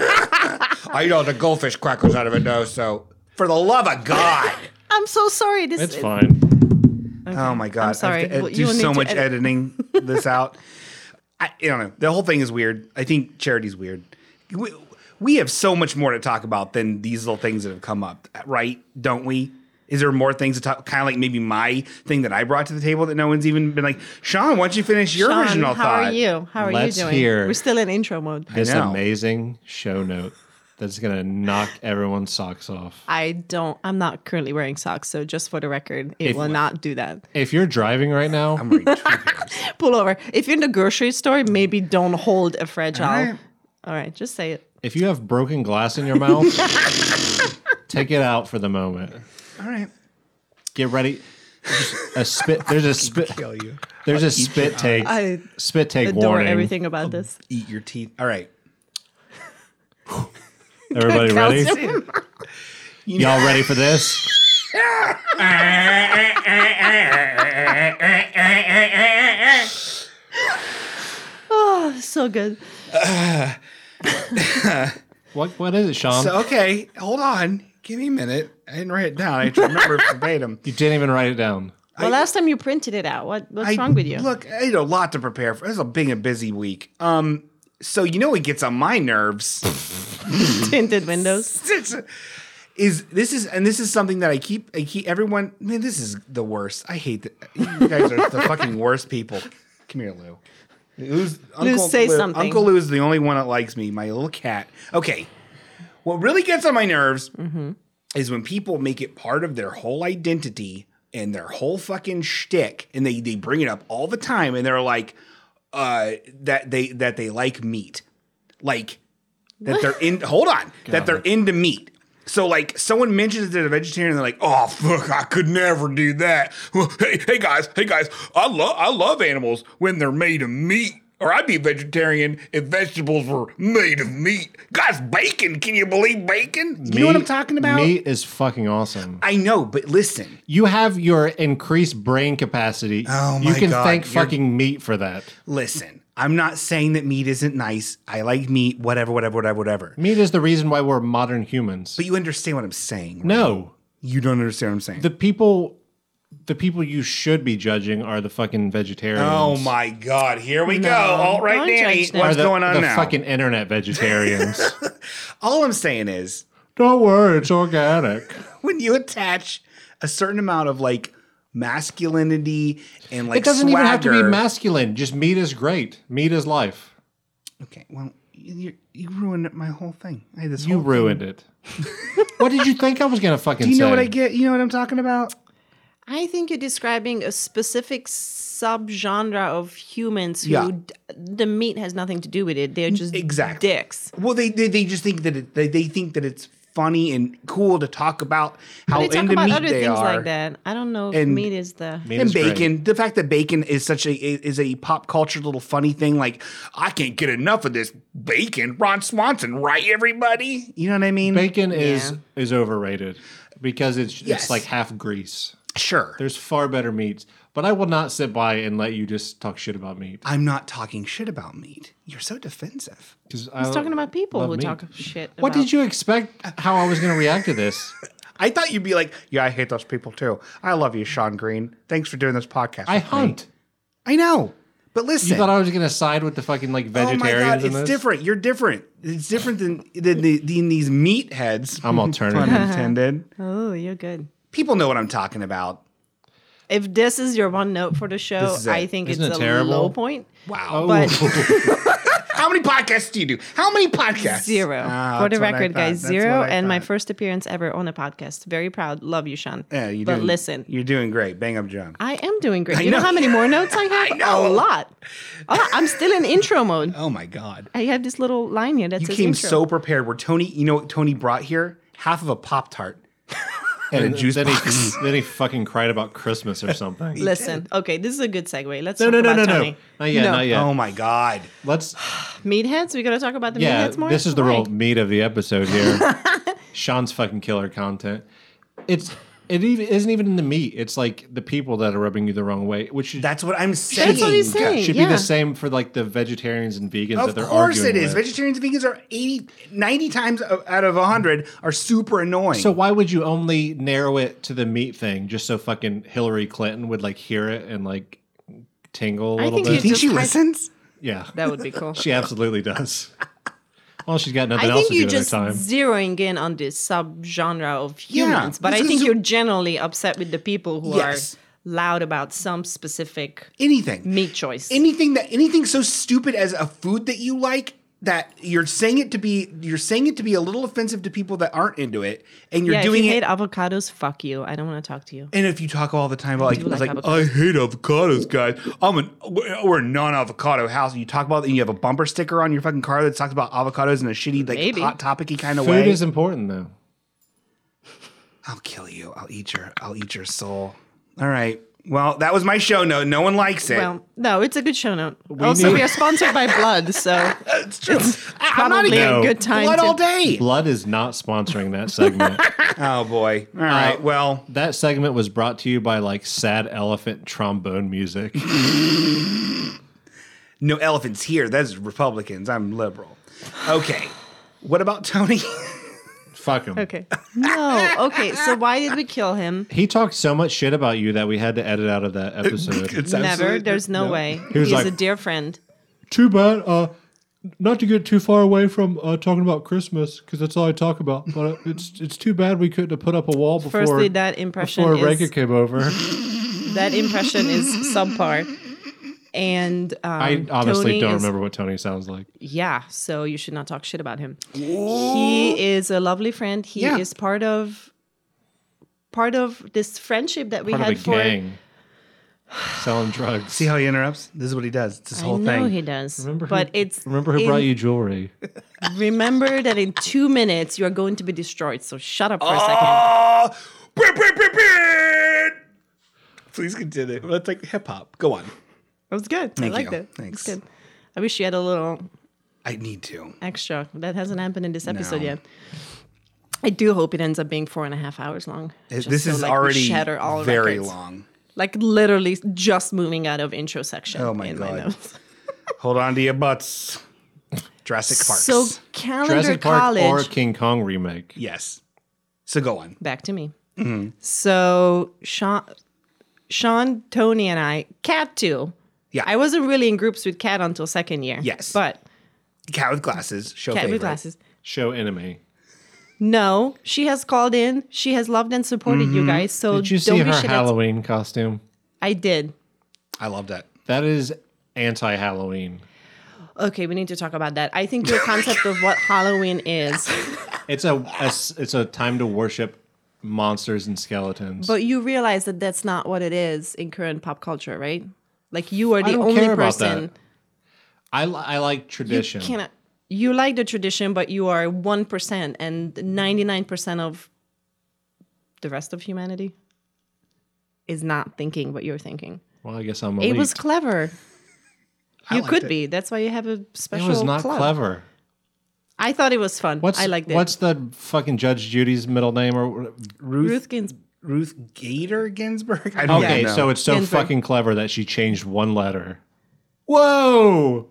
S3: I know the goldfish crackers out of it though, so for the love of God.
S4: I'm so sorry. This
S2: It's
S4: it-
S2: fine.
S3: oh my God.
S4: sorry.
S3: I have to ed-
S4: Well, you
S3: do
S4: will need
S3: so
S4: to
S3: much
S4: edit.
S3: editing this out. I, I don't know. The whole thing is weird. I think charity's weird. We, we have so much more to talk about than these little things that have come up, right? Don't we? Is there more things to talk? Kind of like maybe my thing that I brought to the table that no one's even been like, Sean, why don't you finish your
S4: Sean,
S3: original
S4: how
S3: thought?
S4: are you? How are
S2: Let's
S4: you doing?
S2: hear.
S4: We're still in intro mode.
S2: This
S3: know.
S2: amazing show note that's gonna knock everyone's socks off.
S4: I don't. I'm not currently wearing socks, so just for the record, it
S2: If-
S4: will not do that.
S2: If you're driving right now,
S3: I'm already too
S4: Pull over. If you're in the grocery store, maybe don't hold a fragile. All
S3: right.
S4: right, just say it.
S2: if you have broken glass in your mouth, take it out for the moment.
S3: All right.
S2: Get ready. There's A spit. There's a spit.
S3: Kill you.
S2: There's a spit take.
S4: I
S2: Spit take
S4: Adore
S2: warning.
S4: everything about this.
S3: Eat your teeth. All right.
S2: Everybody ready? Y'all ready for this?
S4: Oh, so good.
S2: What What is it, Sean?
S3: So okay, hold on. Give me a minute. I didn't write it down. I just remember it verbatim.
S2: you didn't even write it down.
S4: Well, last time you printed it out. What What's
S3: I-
S4: wrong with you?
S3: Look, I had a lot to prepare for. It's a big and busy week. Um, so you know what gets on my nerves
S4: Tinted windows.
S3: is this is and this is something that I keep I keep everyone. Man, this is the worst. I hate that. You guys are the fucking worst people. Come here, Lou. Lou's, Uncle,
S4: say something.
S3: Uncle Lou is the only one that likes me. My little cat. Okay. What really gets on my nerves
S4: Mm-hmm.
S3: is when people make it part of their whole identity and their whole fucking shtick, and they they bring it up all the time, and they're like, uh, that they that they like meat, like that they're in. Hold on, that they're into meat. So like someone mentions that they're vegetarian, and they're like, "Oh fuck, I could never do that." Hey, hey guys, hey guys, I love I love animals when they're made of meat. Or I'd be vegetarian if vegetables were made of meat. Guys, bacon. Can you believe bacon? you know what I'm
S2: Meat-
S3: talking about?
S2: Meat is fucking awesome.
S3: I know, but listen.
S2: You have your increased brain capacity.
S3: Oh
S2: You
S3: my
S2: can
S3: God,
S2: thank
S3: you're-
S2: fucking meat for that.
S3: Listen, I'm not saying that meat isn't nice. I like meat, whatever, whatever, whatever, whatever.
S2: Meat is the reason why we're modern humans.
S3: But you understand what I'm saying. right?
S2: no,
S3: You don't understand what I'm saying.
S2: the people, the people you should be judging are the fucking vegetarians.
S3: oh my God. Here we go.
S4: No,
S3: All right,
S4: don't
S3: Danny.
S4: judge them.
S2: Are
S3: What's
S2: the,
S3: going on
S2: the
S3: now?
S2: fucking internet vegetarians.
S3: All I'm saying is
S2: Don't worry, it's organic.
S3: when you attach a certain amount of like masculinity and like
S2: It doesn't even have to be
S3: swagger-
S2: masculine. Just meat is great. Meat is life.
S3: Okay, well, you, you ruined my whole thing. I had this
S2: You
S3: whole
S2: ruined it. what did you think I was gonna fucking
S3: Do you
S2: say?
S3: know what I get? You know what I'm talking about?
S4: I think you're describing a specific subgenre of humans who
S3: Yeah.
S4: d- the meat has nothing to do with it. They're just
S3: exactly.
S4: dicks.
S3: Well, they they, they just think that it, they, they think that it's funny and cool to talk about how
S4: They talk
S3: into
S4: about
S3: meat
S4: other
S3: they
S4: things
S3: are.
S4: like that. I don't know if
S3: And-
S4: meat is the.
S2: Meat
S3: and
S2: is great.
S3: bacon. The fact that bacon is such a is a pop culture little funny thing. Like I can't get enough of this bacon. Ron Swanson, right? Everybody, you know what I mean?
S2: Bacon is
S4: Yeah.
S2: is overrated because it's
S3: Yes.
S2: it's like half grease.
S3: sure.
S2: There's far better meats, but I will not sit by and let you just talk shit about meat
S3: I'm not talking shit about meat. You're so defensive.
S2: because I
S4: He's talking about people
S2: love
S4: who
S2: meat.
S4: talk shit.
S2: What
S4: about-
S2: did you expect? How I was going to react to this?
S3: I thought you'd be like, yeah, I hate those people too. I love you, Sean Green. Thanks for doing this podcast.
S2: I
S3: with me."
S2: hunt.
S3: I know, but listen.
S2: You thought I was going to side with the fucking like
S3: Oh
S2: vegetarians
S3: my god,
S2: in
S3: it's
S2: this?
S3: different. You're different. It's different than than, the, than these meatheads.
S2: I'm
S3: Pun
S2: alternative.
S3: intended.
S4: Oh, you're good.
S3: People know what I'm talking about.
S4: If this is your one note for the show,
S3: is it. Oh,
S4: I think
S2: Isn't
S4: it's
S2: it
S4: a
S2: terrible?
S4: low point.
S3: Wow.
S4: But
S3: How many podcasts do you do? How many podcasts?
S4: zero.
S3: Ah,
S4: for the
S3: that's what I
S4: record, guys,
S3: thought. That's what
S4: zero.
S3: I
S4: And my
S3: thought.
S4: first appearance ever on a podcast. Very proud. Love you, Sean.
S3: Yeah, you
S4: but
S3: doing-
S4: listen,
S3: you're doing great. Bang up, John.
S4: I am doing great. you know.
S3: know.
S4: how many more notes I have?
S3: I know.
S4: A lot. A lot. I'm still in intro mode.
S3: Oh my god,
S4: I have this little line here that
S3: you
S4: says
S3: came
S4: intro.
S3: so prepared. Where Tony, you know what Tony brought here? Half of a pop tart and, a juice
S2: then
S3: box.
S2: He, then he fucking cried about Christmas or something. no,
S4: Listen, okay, this is a good segue. Let's
S2: no, no,
S4: talk
S2: no,
S4: about
S2: no.
S4: Tony.
S2: Not yet,
S4: No.
S2: not yet.
S3: Oh my god.
S2: Let's.
S4: Meatheads, we gotta talk about the
S2: Yeah,
S4: meatheads more.
S2: this is the real
S4: Why?
S2: meat of the episode here. Sean's fucking killer content. It's it even isn't even in the meat. It's like the people that are rubbing you the wrong way, which should,
S3: That's what I'm saying.
S4: That's what he's saying.
S2: should
S4: yeah.
S2: be the same for like the vegetarians and vegans that
S3: Of
S2: they're
S3: course
S2: arguing
S3: it is.
S2: with.
S3: Vegetarians and vegans are 80, 90 times o- out of 100 are super annoying.
S2: So why would you only narrow it to the meat thing just so fucking Hillary Clinton would like hear it and like tingle a
S4: I
S2: little
S4: think
S2: bit?
S3: you think
S4: just
S3: she
S4: had-
S3: listens?
S2: yeah.
S4: That would be cool.
S2: she absolutely does. Well, she's got nothing
S4: I
S2: else
S4: think
S2: to do
S4: you're
S2: with her
S4: just
S2: time.
S4: zeroing in on this subgenre of
S3: Yeah,
S4: humans, but I
S3: this
S4: think
S3: is-
S4: you're generally upset with the people who
S3: Yes.
S4: are loud about some specific
S3: Anything.
S4: meat choice.
S3: Anything that anything so stupid as a food that you like that you're saying it to be you're saying it to be a little offensive to people that aren't into it and you're
S4: yeah,
S3: doing
S4: if you
S3: it
S4: hate avocados, fuck you. I don't want to talk to you.
S3: and if you talk all the time about like,
S4: Do you
S3: like,
S4: like
S3: like
S4: avocados?
S3: I hate avocados, guys. I'm an we're we're a non-avocado house. And you talk about it and you have a bumper sticker on your fucking car that talks about avocados in a shitty like
S4: Maybe.
S3: hot topicy kind of
S2: Food
S3: way.
S2: is important though.
S3: I'll kill you. I'll eat your I'll eat your soul. All right. Well, that was my show note. No one likes it.
S4: Well, no, it's a good show note. also,
S2: need-
S4: we are sponsored by Blood, so
S3: it's true. I- I'm not
S4: probably
S3: even
S4: a
S2: No.
S4: good time.
S3: blood
S4: to,
S3: all day.
S2: Blood is not sponsoring that segment.
S3: Oh boy. All right. Well,
S2: that segment was brought to you by like sad elephant trombone music.
S3: no elephants here. That's Republicans. I'm liberal. Okay. What about Tony?
S2: Fuck him.
S4: Okay. No. Okay. So why did we kill him?
S2: He talked so much shit about you that we had to edit out of that episode.
S3: It's
S4: Never.
S3: absolute-
S4: There's no, way.
S2: He was
S4: He's
S2: like-
S4: a dear friend.
S2: too bad. Uh, not to get too far away from uh, talking about Christmas because that's all I talk about. But uh, it's it's too bad we couldn't have put up a wall before.
S4: Firstly, that impression
S2: before
S4: is
S2: Rega came over.
S4: that impression is subpar. And um,
S2: I honestly
S4: Tony
S2: don't
S4: is-
S2: remember what Tony sounds like.
S4: Yeah, so you should not talk shit about him. He is a lovely friend. He
S3: Yeah.
S4: is part of part of this friendship that we
S2: Part of
S4: had
S2: a
S4: for.
S2: gang selling drugs.
S3: See how he interrupts? This is what he does. It's this
S4: I
S3: whole
S4: know
S3: thing.
S4: he does,
S2: Remember
S4: but
S2: who-
S4: it's
S2: Remember who
S4: in-
S2: brought you jewelry?
S4: Remember that in two minutes you are going to be destroyed. So shut up for a second.
S3: Uh, beep, beep, beep, beep. Please continue. That's like hip hop. Go on.
S4: That was good.
S3: Thank
S4: I liked
S3: you.
S4: it.
S3: Thanks.
S4: That's good. I wish you had a little
S3: I need to.
S4: extra. That hasn't happened in this episode
S3: Mm. No.
S4: yet. I do hope it ends up being four and a half hours long. just
S3: this
S4: so,
S3: is
S4: like, we
S3: already
S4: shatter all
S3: very
S4: records.
S3: long.
S4: Like literally just moving out of intro section.
S3: Oh my
S4: in
S3: God.
S4: My notes.
S3: Hold on to your butts. Jurassic Park.
S4: So calendar
S2: Jurassic Park
S4: college.
S2: or King Kong remake.
S3: yes. So go on.
S4: back to me.
S3: Mm-hmm.
S4: So Sean, Sean, Tony, and I, Cat too.
S3: Yeah.
S4: I wasn't really in groups with Cat until second year.
S3: Yes.
S4: but
S3: Cat with glasses. Show
S4: Cat
S3: favorite.
S4: with glasses.
S2: Show enemy.
S4: No, she has called in. She has loved and supported
S3: Mm-hmm.
S4: you guys. So
S2: Did you
S4: don't
S2: see
S4: be
S2: her
S4: shit at-
S2: Halloween costume?
S4: I did.
S3: I love that.
S2: That is anti Halloween.
S4: Okay, we need to talk about that. I think your concept of what Halloween is.
S2: It's a, a s- it's a time to worship monsters and skeletons.
S4: But you realize that that's not what it is in current pop culture, right? Like you are the
S2: don't
S4: only
S2: care about
S4: person.
S2: that I, li- I like tradition.
S4: You cannot. You like the tradition, but you are one percent and ninety nine percent of the rest of humanity is not thinking what you're thinking.
S2: well, I guess I'm elite.
S4: It was clever. You
S3: liked
S4: could
S3: it.
S4: be. That's why you have a
S2: It
S4: special.
S2: was not
S4: club.
S2: clever.
S4: I thought it was fun.
S2: What's
S4: I liked it.
S2: What's the fucking Judge Judy's middle name or
S4: Ruth Gins-
S3: Ruth Gator Ginsburg. I don't
S2: Okay,
S3: know.
S2: so it's so
S4: Ginsburg.
S2: fucking clever that she changed one letter. Whoa!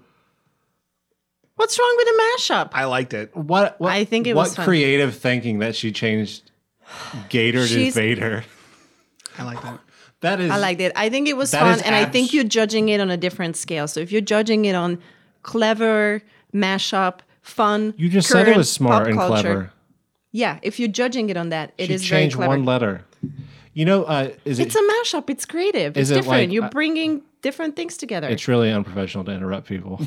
S4: What's wrong with a mashup?
S3: I liked it.
S2: What, what
S4: I think it
S2: what
S4: was fun.
S2: creative thinking that she changed Gator to
S4: She's-
S2: Vader.
S3: I like that.
S2: That is
S4: I liked it. I think it was
S2: That
S4: fun,
S2: is
S4: and I think
S2: abs-
S4: you're judging it on a different scale. So if you're judging it on clever mashup, fun,
S2: You just said it
S4: current
S2: was smart
S4: pop
S2: and
S4: culture-
S2: clever.
S4: Yeah, if you're judging it on that, it
S2: She
S4: is very
S2: changed
S4: clever.
S2: one letter. You know, uh, is it?
S4: it's a mashup. It's creative.
S2: Is
S4: It's
S2: it like-
S4: different.
S2: uh,
S4: you're bringing different things together.
S2: it's really unprofessional to interrupt people.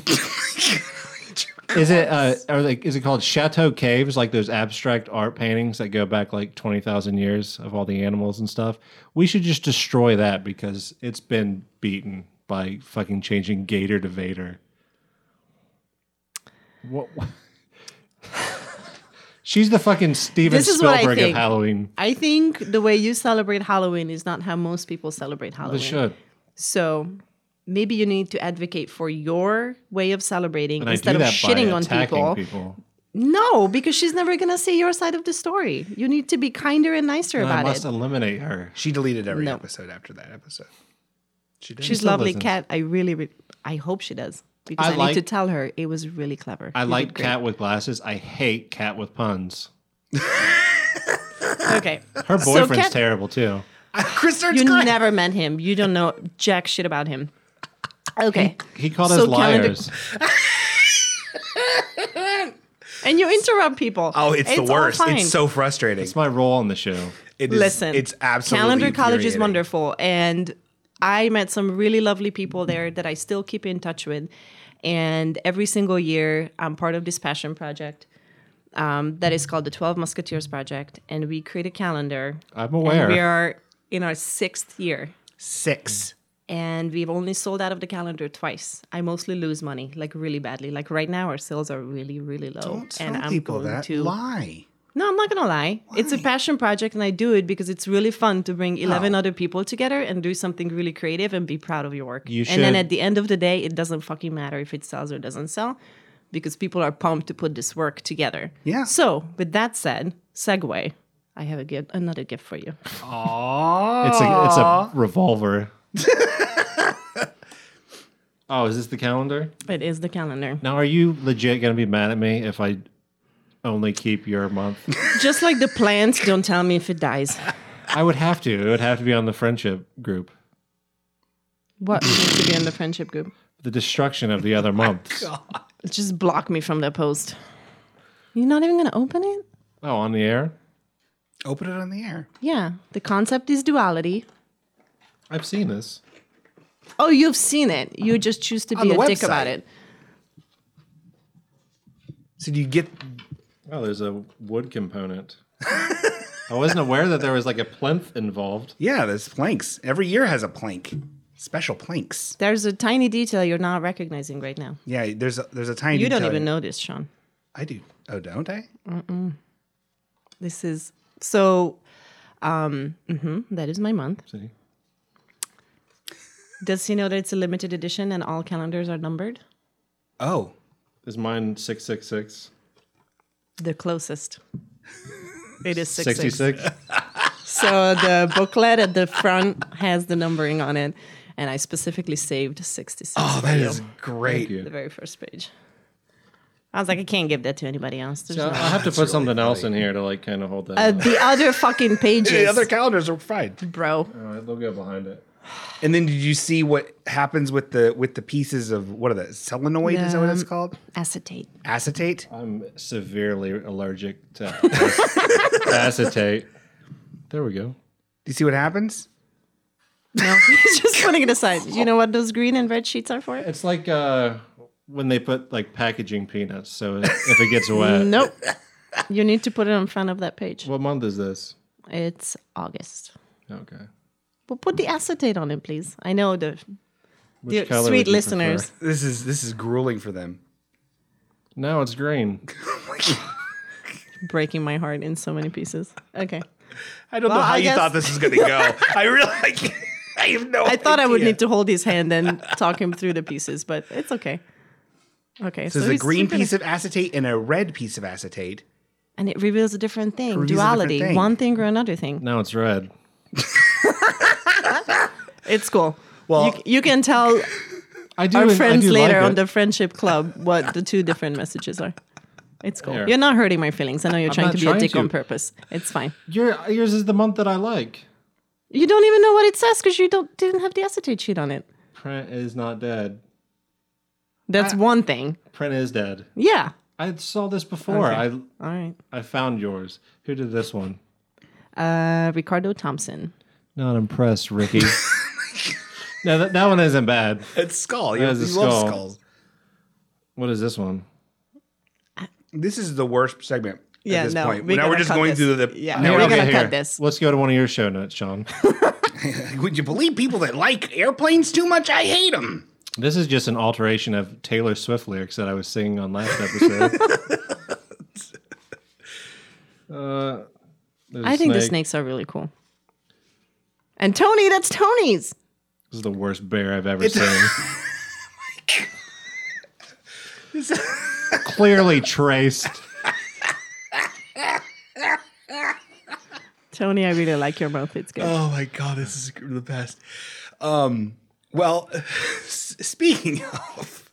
S2: is it? Uh, are like? Is it called Chateau Caves? Like those abstract art paintings that go back like twenty thousand years of all the animals and stuff. We should just destroy that because it's been beaten by fucking changing Gator to Vader. What? She's the fucking Steven
S4: This is what I
S2: Spielberg of
S4: think.
S2: Halloween.
S4: I think the way you celebrate Halloween is not how most people celebrate
S2: They
S4: Halloween.
S2: should.
S4: So maybe you need to advocate for your way of celebrating
S2: And
S4: instead
S2: I do
S4: of
S2: that
S4: shitting
S2: by
S4: on
S2: attacking
S4: people.
S2: people.
S4: No, because she's never gonna see your side of the story. You need to be kinder and nicer
S2: And I
S4: about
S2: must
S4: it.
S2: eliminate her.
S3: She deleted every
S4: No.
S3: episode after that episode. She did.
S4: She's
S2: still
S4: lovely,
S2: listens.
S4: Cat. I really, re- I hope she does because
S2: I
S4: I,
S2: like-
S4: need to tell her it was really clever.
S2: I
S4: You
S2: like
S4: did great.
S2: cat with glasses. I hate cat with puns.
S4: Okay,
S2: Her
S4: So
S2: boyfriend's
S4: cat-
S2: terrible too.
S3: Chris Stewart's
S4: you
S3: great.
S4: never met him. You don't know jack shit about him. Okay,
S2: He called
S4: So
S2: us
S4: Calendar-
S2: liars.
S4: and you interrupt people.
S3: oh, it's, the
S4: all
S3: worst.
S4: fine.
S3: It's so frustrating.
S2: It's my role on the show.
S3: It is,
S4: Listen,
S3: it's absolutely
S4: Calendar College is
S3: infuriating.
S4: wonderful, and I met some really lovely people there that I still keep in touch with. And every single year, I'm part of this passion project um, that is called the Twelve Musketeers Project, and we create a calendar.
S3: Uh,
S2: I'm
S4: And we
S2: aware.
S4: are in our sixth year,
S3: Six.
S4: and we've only sold out of the calendar twice. I mostly lose money, like really badly. Like right now, our sales are really, really low,
S3: Don't tell
S4: and I'm
S3: people
S4: going
S3: that.
S4: to
S3: Lie.
S4: no, I'm not gonna lie. It's a passion project, and I do it because it's really fun to bring eleven other people together and do something really creative and be proud of your work.
S2: You
S4: and then
S2: should-
S4: at the end of the day, it doesn't fucking matter if it sells or doesn't sell, because people are pumped to put this work together.
S3: Yeah.
S4: So, with that said, segue. I have a gift, another gift for you.
S2: It's a it's a revolver. oh, is this the calendar?
S4: It is the calendar.
S2: Now, are you legit gonna be mad at me if I only keep your month?
S4: Just like the plant, don't tell me if it dies.
S2: I would have to. It would have to be on the friendship group.
S4: What needs to be in the friendship group?
S2: The destruction of
S4: Oh
S2: the other months.
S4: Just block me from that post. You're not even gonna open it?
S2: Oh, on the air.
S3: Open it on the air.
S4: Yeah. The concept is duality.
S2: I've seen this.
S4: Oh, you've seen it. You just choose to
S3: On
S4: be a
S3: the
S4: dick
S3: website.
S4: about it.
S3: So do you get?
S2: Oh, there's a wood component. I wasn't aware that there was like a plinth involved.
S3: Yeah, there's planks. Every year has a plank. Special planks.
S4: There's a tiny detail you're not recognizing right now.
S3: Yeah, there's a, there's a tiny.
S4: You don't
S3: detail.
S4: even know this, Sean.
S3: I do. Oh, don't I?
S4: This is so. Um, mhm, that is my month.
S2: See?
S4: Does he know that it's a limited edition and all calendars are numbered?
S3: Oh,
S2: Is mine 666?
S4: The closest. It is six, six.
S2: 66?
S4: So the booklet at the front has the numbering on it, and I specifically saved 66.
S3: oh, that is great.
S2: you.
S4: the very first page. I was like, I can't give that to anybody else. There's
S2: I'll
S4: no-
S2: have to put something else in here to like kind of hold that.
S4: Uh,
S2: up.
S4: the other fucking pages,
S3: The other calendars are fine.
S4: bro.
S2: All right, they'll go behind it.
S3: And then did you see what happens with the with the pieces of what are the solenoid? Is that what it's called?
S4: Acetate.
S3: Acetate.
S2: I'm severely allergic to acetate. There we go.
S3: Do you see what happens?
S4: No, he's just putting it aside. You know what those green and red sheets are for?
S2: It's like uh, when they put like packaging peanuts. So if it gets wet.
S4: Nope. You need to put it in front of that page.
S2: What month is this?
S4: It's August.
S2: Okay.
S4: But put the acetate on it, please. I know the,
S2: Which
S4: the
S2: color would
S4: sweet
S2: you
S4: listeners.
S2: prefer?
S3: This is this is grueling for them.
S2: No, it's green.
S4: Breaking my heart in so many pieces. Okay.
S3: I don't
S4: Well,
S3: know how
S4: I
S3: you
S4: guess-
S3: thought this was going to go. I really, I, can't- I have no.
S4: I thought I would need to hold his hand and talk him through the pieces, but it's okay. Okay.
S3: So there's a
S4: he's-
S3: green
S4: you're gonna-
S3: piece of acetate and a red piece of acetate.
S4: and it reveals a different thing,
S3: reveals a different
S4: duality,
S3: thing.
S4: one thing or another thing.
S2: No, it's red.
S4: It's cool.
S3: Well-
S4: Well, you, you can tell
S2: I do.
S4: our
S2: I
S4: friends
S2: do
S4: later
S2: like
S4: on
S2: it.
S4: the friendship club what the two different messages are. It's cool.
S2: Here.
S4: You're not hurting my feelings. I know you're trying
S2: not
S4: to be
S2: trying
S4: a dick
S2: to.
S4: on purpose. It's fine.
S2: Your, yours is the month that I like.
S4: You don't even know what it says because you don't didn't have the acetate sheet on it.
S2: Print is not dead.
S4: That's one thing.
S2: Print is dead.
S4: Yeah.
S2: I saw this before.
S4: Okay. All right.
S2: I I found yours. Who did this one?
S4: Uh, Ricardo Thompson.
S2: Not impressed, Ricky. no, that, that one isn't bad.
S3: It's skull. You,
S2: That is a
S3: you love
S2: skull.
S3: skulls.
S2: What is this one?
S3: This is the worst segment.
S4: Yeah,
S3: at this
S4: no,
S3: point.
S4: we
S3: now we're
S4: gotta
S3: just
S4: cut
S3: going
S4: this.
S3: through the.
S4: Yeah.
S3: Now
S4: We're
S3: we're
S4: gonna
S2: okay,
S4: cut
S2: here.
S4: this.
S2: Let's go to one of your show notes, Sean.
S3: gonna- would you believe people that like airplanes too much? I hate them.
S2: this is just an alteration of Taylor Swift lyrics that I was singing on last episode. uh, there's
S4: I
S2: a
S4: think the
S2: snake.
S4: snakes are really cool. And Tony, that's Tony's.
S2: This is the worst bear I've ever seen. Oh Clearly traced.
S4: Tony, I really like your mouth. It's good.
S3: Oh my god, this is the best. Um, well, s- speaking of,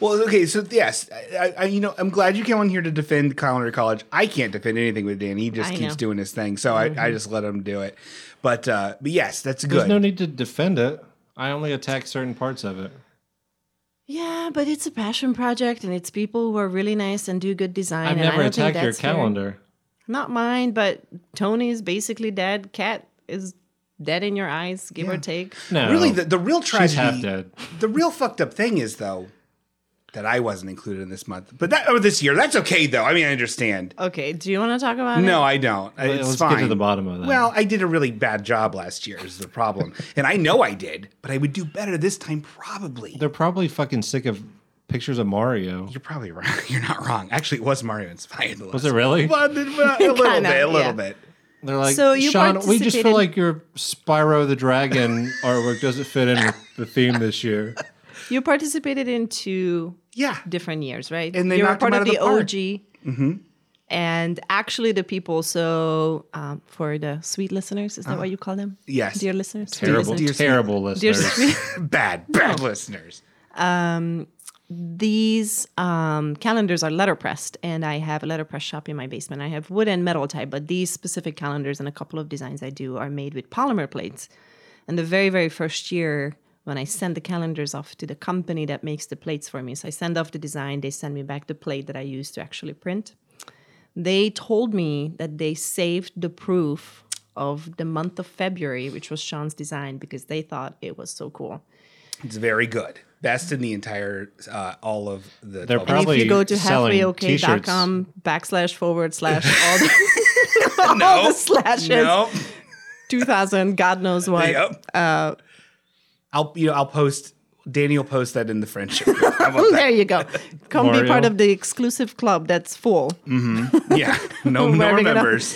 S3: well, okay, so yes, I, I, you know, I'm glad you came on here to defend Culinary College. I can't defend anything with Dan; he just
S4: I
S3: keeps
S4: know. Mm-hmm.
S3: doing his thing, so I, I just let him do it. But uh, but yes, that's
S2: There's
S3: good.
S2: no need to defend it. I only attack certain parts of it.
S4: Yeah, but it's a passion project, and it's people who are really nice and do good design.
S2: I've
S4: and
S2: never
S4: I don't think
S2: attacked your
S4: that's fair.
S2: calendar.
S4: Not mine, but Tony's basically dead. Cat is dead in your eyes, give or take.
S2: No,
S3: really, the, the real tragedy,
S2: she's half dead.
S3: the real fucked up thing is though that I wasn't included in this month, but that or this year. That's okay though. I mean, I understand.
S4: Okay, do you want to talk about it?
S3: No, I don't. It's
S2: Let's
S3: fine.
S2: get to the bottom of that.
S3: Well, I did a really bad job last year, is the problem. and I know I did, but I would do better this time, probably.
S2: they're probably fucking sick of pictures of Mario.
S3: You're probably wrong. You're not wrong. Actually, it was Mario inspired. The
S2: Was it really?
S3: But, but a little
S4: Kinda,
S3: bit, a little
S4: yeah.
S3: bit.
S2: They're like,
S4: So you
S2: Sean, we just
S4: participated-
S2: feel like your Spyro the Dragon artwork doesn't fit in with the theme this year.
S4: You participated in two
S3: Yeah.
S4: different years, right?
S3: And they
S4: you were
S3: knocked 'em
S4: part
S3: out
S4: of
S3: of
S4: the,
S3: the park. Mm-hmm.
S4: OG. And actually, the people, so um, for the sweet listeners, is that what you call them?
S3: Uh-huh. Yes.
S4: Dear listeners? Sweet
S2: Terrible,
S4: listeners?
S2: terrible
S4: Dear
S2: listeners.
S4: sweet,
S3: Bad, bad listeners.
S4: these um, calendars are letterpressed, and I have a letterpress shop in my basement. I have wood and metal type, but these specific calendars and a couple of designs I do are made with polymer plates. And the very, very first year, when I send the calendars off to the company that makes the plates for me, so I send off the design, they send me back the plate that I used to actually print. They told me that they saved the proof of the month of February, which was Sean's design, because they thought it was so cool.
S3: It's very good. Best in the entire, uh, all of the.
S2: They're
S3: 12
S2: probably-
S4: and if you go to
S2: selling
S4: halfwayok.com backslash forward slash all the, all the slashes
S3: Nope.
S4: 2000 god knows what
S3: Yep.
S4: uh,
S3: I'll you know I'll post. Danny will post that in the friendship. group. How about that?
S4: there you go come be
S2: Mario.
S4: part of the exclusive club that's full
S3: Yeah. No,
S4: where,
S3: no
S4: we're
S3: members.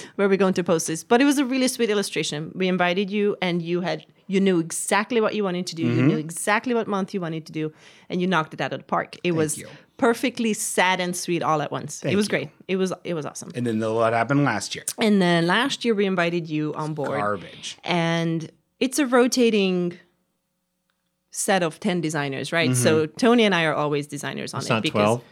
S4: Gonna, where we're going to post this but it was a really sweet illustration we invited you and you had you knew exactly what you wanted to do you knew
S3: Mm-hmm.
S4: exactly what month you wanted to do and you knocked it out of the park it was
S3: you.
S4: perfectly sad and sweet all at once it was
S3: you.
S4: great it was it was awesome
S3: And then what happened last year?
S4: and then last year we invited you on board
S3: Garbage.
S4: and it's a rotating set of 10 designers right so tony and i are always designers on
S2: It's
S4: it
S2: not 12.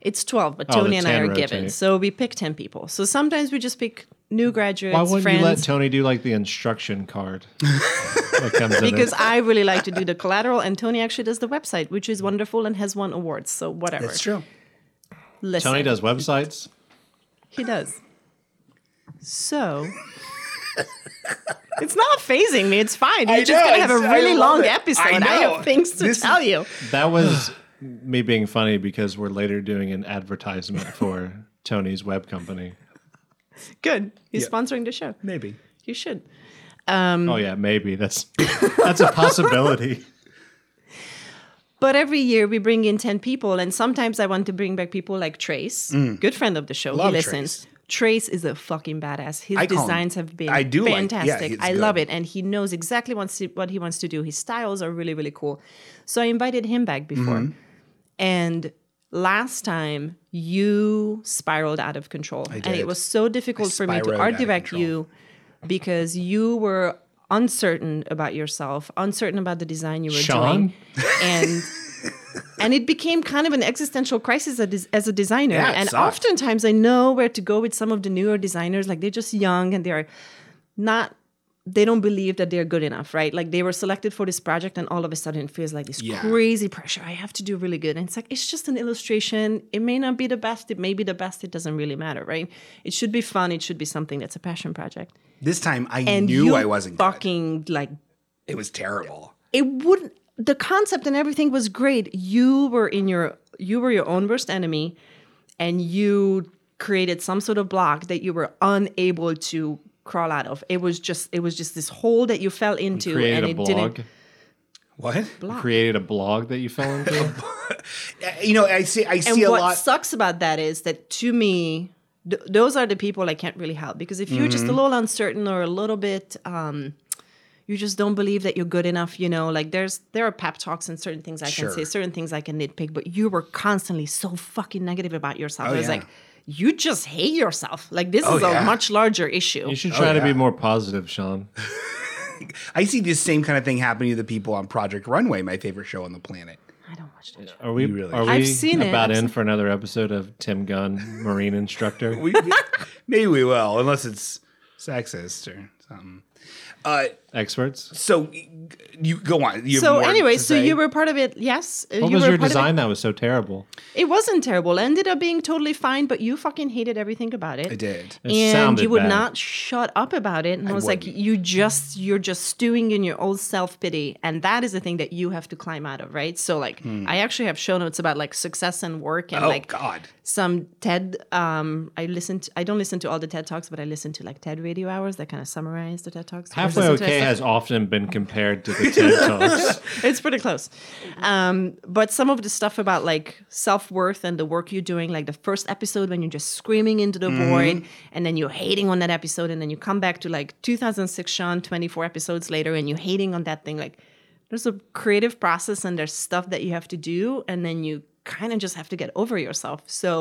S4: it's 12 but
S2: Oh, the
S4: tony and i
S2: 10
S4: are
S2: rotate.
S4: given so we pick 10 people so sometimes we just pick new graduates
S2: Why wouldn't
S4: friends
S2: you let Tony do like the instruction card? that comes in
S4: because
S2: it?
S4: i really like to do the collateral and tony actually does the website which is wonderful and has won awards so whatever
S3: That's true.
S4: Listen,
S2: Tony does websites.
S4: he does so it's not phasing me it's fine we're
S3: I
S4: just
S3: know,
S4: gonna have a
S3: it's- I
S4: really
S3: love
S4: long
S3: it. I
S4: episode i,
S3: know.
S4: have things to
S3: This is-
S4: tell you
S2: That was me being funny because we're later doing an advertisement for Tony's web company.
S4: Good. He's sponsoring the show.
S3: Maybe.
S4: You should. Mm.
S2: Oh yeah, maybe that's that's a possibility.
S4: But every year we bring in 10 people, and sometimes I want to bring back people like Trace, good friend of the show.
S3: Mm. Love
S4: he listens. Trace. is a fucking badass. His
S3: Icon.
S4: designs have been
S3: I do like- yeah,
S4: fantastic.
S3: it's
S4: I love
S3: good.
S4: it. And he knows exactly wants to- what he wants to do. His styles are really, really cool. So I invited him back before.
S3: Mm-hmm.
S4: And last time you spiraled out of control. And
S3: did.
S4: it was so difficult for me to
S3: spiraled out
S4: art
S3: of
S4: direct
S3: control.
S4: you because you were uncertain about yourself, uncertain about the design you were
S2: Sean?
S4: doing, and and it became kind of an existential crisis as as a designer.
S3: Yeah, it
S4: and
S3: sucked.
S4: oftentimes, I know where to go with some of the newer designers. Like they're just young and they're not. They don't believe that they're good enough, right? Like they were selected for this project, and all of a sudden it feels like this
S3: Yeah.
S4: crazy pressure. I have to do really good. And it's like, it's just an illustration. It may not be the best, it may be the best, it doesn't really matter, right? It should be fun, it should be something that's a passion project
S3: This time I
S4: and
S3: knew
S4: you
S3: I wasn't good.
S4: fucking like
S3: It was terrible.
S4: it wouldn't the concept and everything was great you were in your you were your own worst enemy and you created some sort of block that you were unable to crawl out of it was just it was just this hole that you fell into
S2: Created
S4: and
S2: a
S4: it
S2: blog.
S4: didn't
S3: What?
S2: Created a blog that you fell into.
S3: You know, I see I
S4: and
S3: see a
S4: what
S3: lot
S4: sucks about that is that to me th- those are the people i can't really help because if you're just a
S3: Mm-hmm.
S4: little uncertain or a little bit um, you just don't believe that you're good enough you know like there's there are pep talks and certain things i
S3: Sure.
S4: can say certain things i can nitpick but you were constantly so fucking negative about yourself
S3: Oh,
S4: i was
S3: yeah.
S4: like you just hate yourself like this
S3: Oh,
S4: is
S3: yeah.
S4: a much larger issue
S2: You should try to
S3: yeah.
S2: be more positive, Sean.
S3: I see this same kind of thing happening to the people on Project Runway, my favorite show on the planet.
S4: i don't watch that show.
S2: Are we?
S3: really
S2: are we
S4: I've seen it.
S2: about
S4: I've
S2: in for another episode of Tim Gunn, Marine instructor?
S3: We, maybe we will, unless it's sexist or something. Uh,
S2: Experts.
S3: so you go on. You have
S4: so
S3: more
S4: anyway
S3: to
S4: so
S3: say?
S4: you were part of it yes
S2: What
S4: you
S2: was
S4: were
S2: your
S4: part of it.
S2: design that was so terrible?
S4: It wasn't terrible. It ended up being totally fine, but you fucking hated everything about it.
S3: I did.
S2: It
S4: And
S2: sounded
S4: you would
S2: bad.
S4: not shut up about it. And I, was like,
S3: wouldn't.
S4: you just, you're just stewing in your old self pity. And that is the thing that you have to climb out of, right? So, like,
S2: Hmm.
S4: I actually have show notes about like success and work and
S3: Oh
S4: like
S3: God.
S4: some TED. Um, I listened, I don't listen to all the TED Talks, but I listen to like TED radio hours that kind of summarize the TED Talks.
S2: Halfway
S4: Listen to
S2: okay
S4: that
S2: has often been compared to the TED Talks.
S4: it's pretty close. Um, but some of the stuff about like self worth and the work you're doing, like the first episode when you're just screaming into the
S3: Mm-hmm.
S4: void and then you're hating on that episode, and then you come back to like 2006 Sean 24 episodes later and you're hating on that thing. Like there's a creative process and there's stuff that you have to do, and then you kind of just have to get over yourself. So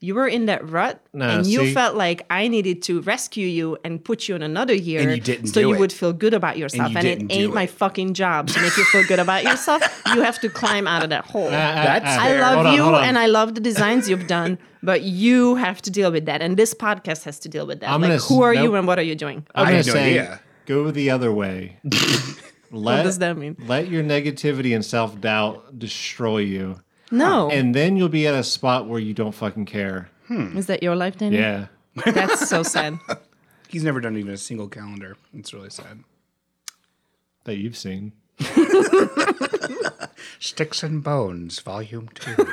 S4: you were in that rut
S2: Nah,
S4: and you
S2: see-
S4: felt like I needed to rescue you and put you in another year
S3: And you didn't
S4: so
S3: do
S4: you
S3: it.
S4: would feel good about yourself
S3: you
S4: and,
S3: didn't
S4: it
S3: do
S4: ain't my
S3: it.
S4: fucking job to make you feel good about yourself. You have to climb out of that hole.
S2: Ah,
S3: That's
S4: I
S3: fair.
S4: love you and I love the designs you've done, but you have to deal with that. And this podcast has to deal with that.
S2: I'm
S4: like,
S2: gonna
S4: who are
S2: s-
S4: you
S2: nope.
S4: and what are you doing?
S2: I'm
S3: I
S2: gonna
S3: had no
S2: say,
S3: idea.
S2: go the other way. let,
S4: does that mean?
S2: Let your negativity and self doubt destroy you,
S3: Oh,
S4: No.
S2: and then you'll be at a spot where you don't fucking care.
S4: Is that your life, Danny?
S2: Yeah,
S4: That's so sad.
S3: He's never done even a single calendar. It's really sad.
S2: that you've seen.
S3: Sticks and Bones, Volume Two.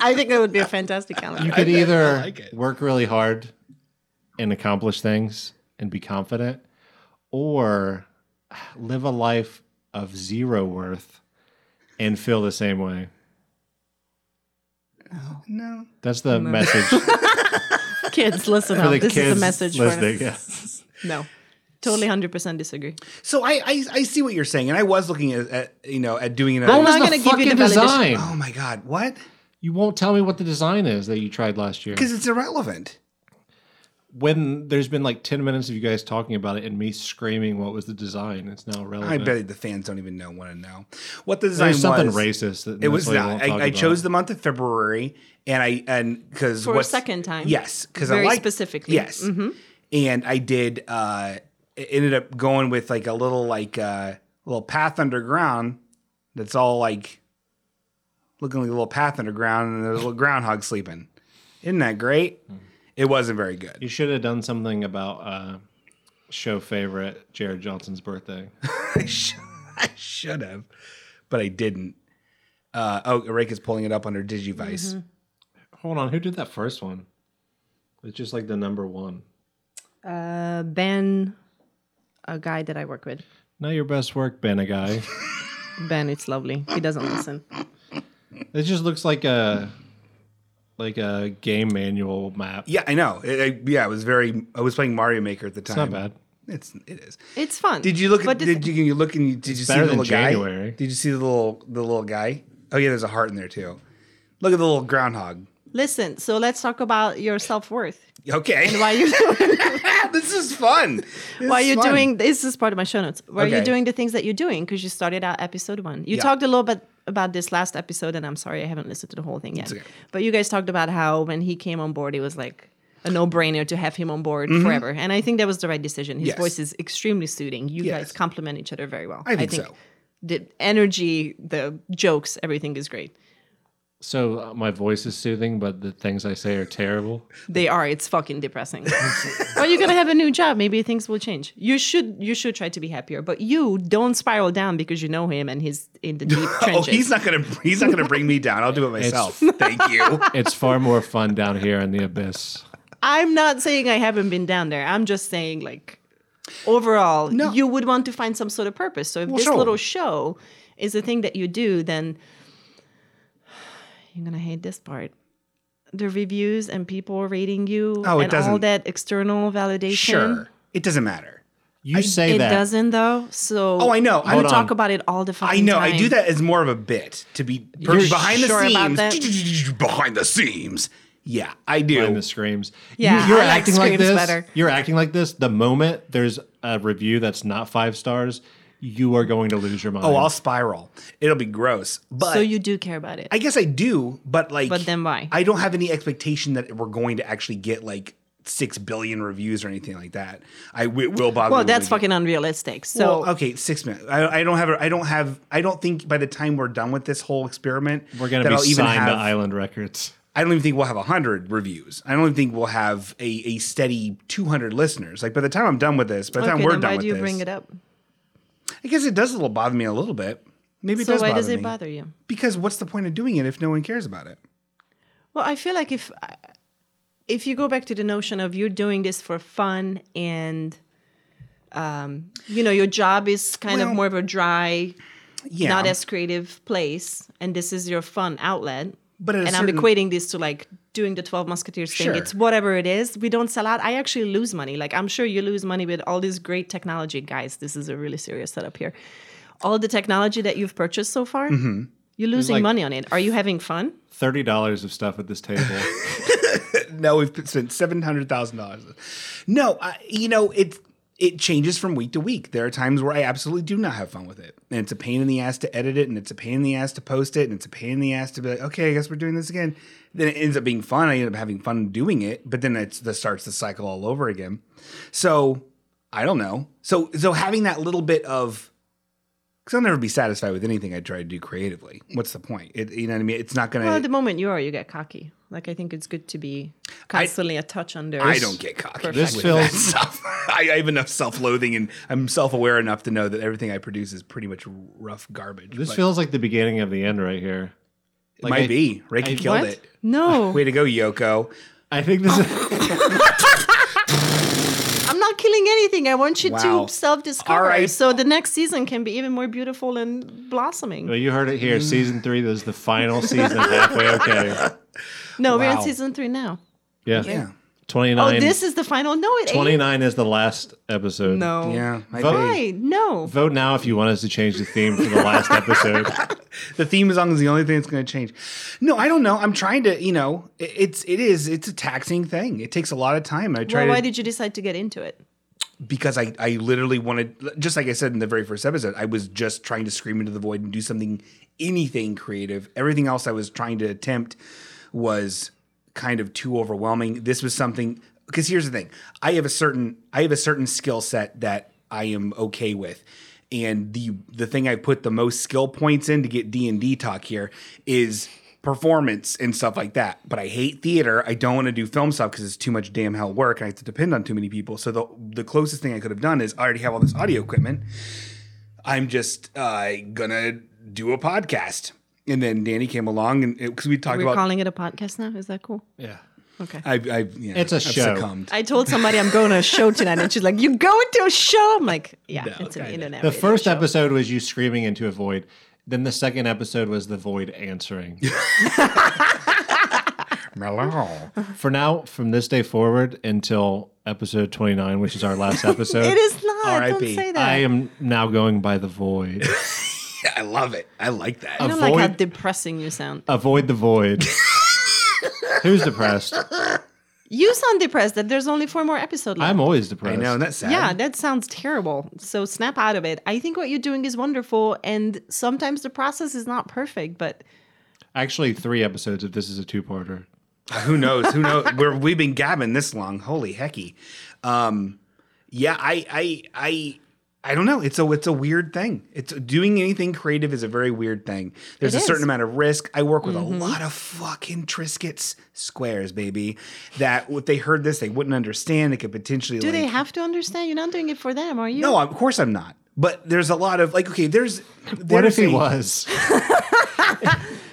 S4: I think that would be a fantastic calendar.
S2: You could either
S3: like it.
S2: work really hard and accomplish things and be confident, or live a life of zero worth and feel the same way.
S3: no.
S2: That's the message for
S4: Kids, listen up.
S2: the
S4: This
S2: kids
S4: is a message
S2: listening.
S4: for
S2: yeah.
S4: No. Totally 100% disagree.
S3: So I, I I see what you're saying, and I was looking at, at you know at doing it.
S4: I'm
S2: What
S4: not
S2: was
S4: gonna
S2: the
S4: give you
S2: fucking
S4: the validation.
S2: design?
S3: oh my God, what?
S2: You won't tell me what the design is that you tried last year.
S3: Because it's irrelevant.
S2: When there's been like 10 minutes of you guys talking about it and me screaming what was the design, it's now
S3: I
S2: relevant.
S3: bet the fans don't even know want to know what the design
S2: There's something
S3: was.
S2: racist. That
S3: It was
S2: that's why you won't
S3: not.
S2: talk
S3: I, I
S2: about
S3: chose
S2: it.
S3: the month of February, and I and because
S4: For a second time.
S3: Yes, because I
S4: Very
S3: liked-
S4: specifically. Mm-hmm.
S3: Yes, and I did. uh it Ended up going with like a little like uh, little path underground. That's all like looking like a little path underground, and there's a little groundhog sleeping. Isn't that great?
S4: Mm-hmm.
S3: It wasn't very good.
S2: You should have done something about uh, show favorite Jared Johnson's birthday.
S3: I sh- I should have, but I didn't. Uh, oh, Rick is pulling it up under
S4: Mm-hmm.
S3: Digivice.
S2: Hold on, who did that first one? It's just like the number one.
S4: Uh, ben, a guy that I work with.
S2: Not your best work, Ben, a guy.
S4: Ben, it's lovely. He doesn't listen.
S2: It just looks like a like a game manual map.
S3: Yeah, I know. It, I, yeah, it was very. I was playing Mario Maker at the time.
S2: It's not bad.
S3: It's it is.
S4: It's fun.
S3: Did you look
S4: But
S3: at?
S4: this-
S3: Did you, you look and you, did you see the
S2: better than
S3: little guy?
S2: January.
S3: Did you see the little the little guy? Oh yeah, there's a heart in there too. Look at the little groundhog.
S4: listen? So let's talk about your self worth.
S3: Okay,
S4: Why you
S3: this is fun. This
S4: why
S3: is
S4: you're
S3: fun.
S4: doing this is part of my show notes. Why you're
S3: Okay.
S4: doing the things that you're doing because you started out episode one. You
S3: Yeah.
S4: talked a little bit about this last episode, and I'm sorry I haven't listened to the whole thing yet.
S3: okay.
S4: But you guys talked about how when he came on board, it was like a no-brainer to have him on board forever, and I think that was the right decision. His
S3: Mm-hmm. Yes.
S4: voice is extremely soothing. You
S3: Yes.
S4: guys complement each other very well.
S3: I think so.
S4: The energy, the jokes, everything is great.
S2: So uh, my voice is soothing, but the things I say are terrible.
S4: They are. It's fucking depressing. well, you're gonna have a new job. Maybe things will change. You should. You should try to be happier. But you don't spiral down because you know him and he's in the deep
S3: Oh,
S4: trenches.
S3: he's not gonna he's not gonna bring me down. I'll do it myself. Thank you.
S2: It's far more fun down here in the abyss.
S4: I'm not saying I haven't been down there. I'm just saying like overall,
S3: No.
S4: you would want to find some sort of purpose. So if this
S3: sure.
S4: little show is the thing that you do, then you're gonna hate this part. The reviews and people rating you
S3: Oh, it
S4: and all
S3: doesn't-
S4: that external validation.
S3: Sure, it doesn't matter.
S2: You say
S4: It
S2: that.
S4: doesn't though. So
S3: Oh, I know.
S4: You
S3: Hold
S4: talk
S2: on.
S4: about it all the fucking
S3: I know. I
S4: time.
S3: do that as more of a bit to be per-
S4: You're
S3: behind the
S4: sure about
S3: scenes. Behind the scenes. Yeah, I do.
S2: behind the screams.
S4: Yeah,
S2: you, are
S4: I like
S2: acting like
S4: screams
S2: this.
S4: better.
S2: You're acting like this. The moment there's a review that's not five stars, you are going to lose your mind.
S3: Oh, I'll spiral. It'll be gross. But
S4: So you do care about it.
S3: I guess I do, but like,
S4: But then why?
S3: I don't have any expectation that we're going to actually get like six billion reviews or anything like that. I w- will bother.
S4: well,
S3: when
S4: that's
S3: we get-
S4: fucking unrealistic. So
S3: Well, okay, six minutes. I, I don't have. I don't have. I don't think by the time we're done with this whole experiment,
S2: We're going to be
S3: that I'll even
S2: signed to
S3: have-
S2: Island Records.
S3: I don't even think we'll have 100 reviews. I don't even think we'll have a, a steady 200 listeners. Like by the time I'm done with this, by the time
S4: okay,
S3: we're
S4: then
S3: done
S4: why
S3: with
S4: do you
S3: this,
S4: bring it up?
S3: I guess it does a little bother me a little bit. Maybe it
S4: so
S3: does
S4: why
S3: bother
S4: does it
S3: me.
S4: bother you?
S3: Because what's the point of doing it if no one cares about it?
S4: Well, I feel like if if you go back to the notion of you're doing this for fun and um, you know your job is kind of
S3: Well-
S4: more of a dry,
S3: Yeah,
S4: not as creative place, and this is your fun outlet.
S3: But at a
S4: and I'm
S3: certain-
S4: equating this to like doing the Twelve Musketeers thing.
S3: Sure.
S4: It's whatever it is. We don't sell out. I actually lose money. Like I'm sure you lose money with all this great technology, guys. This is a really serious setup here. All the technology that you've purchased so far,
S3: Mm-hmm.
S4: you're losing
S2: like-
S4: money on it. Are you having fun?
S2: Thirty dollars of stuff at this table.
S3: No, we've spent seven hundred thousand dollars. No, I, you know it. It changes from week to week. There are times where I absolutely do not have fun with it, and it's a pain in the ass to edit it, and it's a pain in the ass to post it, and it's a pain in the ass to be like, okay, I guess we're doing this again. Then it ends up being fun. I end up having fun doing it, but then it's that starts the cycle all over again. So I don't know. So so having that little bit of because I'll never be satisfied with anything I try to do creatively. What's the point? It, you know what I mean? It's not gonna.
S4: Well, the moment you are, you get cocky. Like I think it's good to be constantly a touch under.
S3: I don't get cocky.
S2: This
S3: with
S2: feels-
S3: that stuff. I, I have enough self-loathing, and I'm self-aware enough to know that everything I produce is pretty much rough garbage.
S2: this
S3: but
S2: feels like the beginning of the end right here.
S3: it might
S2: I-
S3: be. Reiki killed
S4: What?
S3: it.
S4: No,
S3: Way to go, Yoko.
S2: I think this. Is,
S4: I'm not killing anything. I want you
S3: Wow.
S4: to
S3: All
S4: self-discover,
S3: right.
S4: so the next season can be even more beautiful and blossoming.
S2: well, you heard it here. Season three. This is the final season. of Halfway okay.
S4: no, we're in
S3: wow.
S4: season three now.
S2: Yeah.
S3: Yeah,
S2: Twenty
S4: Oh,
S2: nine.
S4: this is the final. No, it
S2: Twenty
S4: ain't.
S2: nine is the last episode.
S4: No,
S3: yeah. might
S2: Vote.
S3: be.
S4: why? No.
S2: Vote now if you want us to change the theme for the last episode.
S3: The theme song is the only thing that's going to change. No, I don't know. I'm trying to. You know, it, it's it is it's a taxing thing. It takes a lot of time. I try
S4: Well,
S3: to
S4: why did you decide to get into it?
S3: because I I literally wanted, just like I said in the very first episode, I was just trying to scream into the void and do something, anything creative. Everything else I was trying to attempt was kind of too overwhelming. This was something because here's the thing: I have a certain I have a certain skill set that I am okay with, and the the thing I put the most skill points in to get D and D talk here is performance and stuff like that. But I hate theater. I don't want to do film stuff because it's too much damn hell work. And I have to depend on too many people. So the the closest thing I could have done is I already have all this audio equipment. I'm just uh, gonna do a podcast. And then Danny came along and because we talked
S4: We're
S3: about
S4: calling it a podcast now. Is that cool?
S2: yeah.
S4: Okay.
S3: I, I yeah,
S2: It's a
S3: I've
S2: show.
S3: Succumbed.
S4: I told somebody I'm going to a show tonight, and she's like, "You going to a show?" I'm like, "Yeah, it's an internet."
S2: The
S4: radio
S2: first
S4: show."
S2: episode was you screaming into a void. Then the second episode was the void answering.
S3: Hello.
S2: For now, from this day forward until episode 29, which is our last episode,
S4: It is not.
S3: R.I.P..
S4: Don't say that.
S2: I am now going by the void.
S3: I love it. I like that.
S4: I don't like how
S2: avoid-
S4: depressing you sound.
S2: Avoid the void. Who's depressed?
S4: You sound depressed that there's only four more episodes left.
S2: I'm always
S3: I
S2: depressed.
S3: know, and that's sad.
S4: yeah, that sounds terrible. So snap out of it. I think what you're doing is wonderful, and sometimes the process is not perfect, but
S2: Actually, three episodes if this is a two-parter.
S3: Who knows? Who knows? We're, we've been gabbing this long. Holy hecky. Um, yeah, I, I, I, I don't know. It's a, it's a weird thing. It's doing anything creative is a very weird thing. There's
S4: It
S3: a certain
S4: is. Mm-hmm.
S3: amount of risk. I work with a lot of fucking Triscuits squares, baby. That if they heard this, they wouldn't understand. It could potentially.
S4: do
S3: like,
S4: they have to understand? You're not doing it for them, are you?
S3: No, of course I'm not. But there's a lot of like, okay, there's.
S2: What if he
S3: there's a-
S2: was?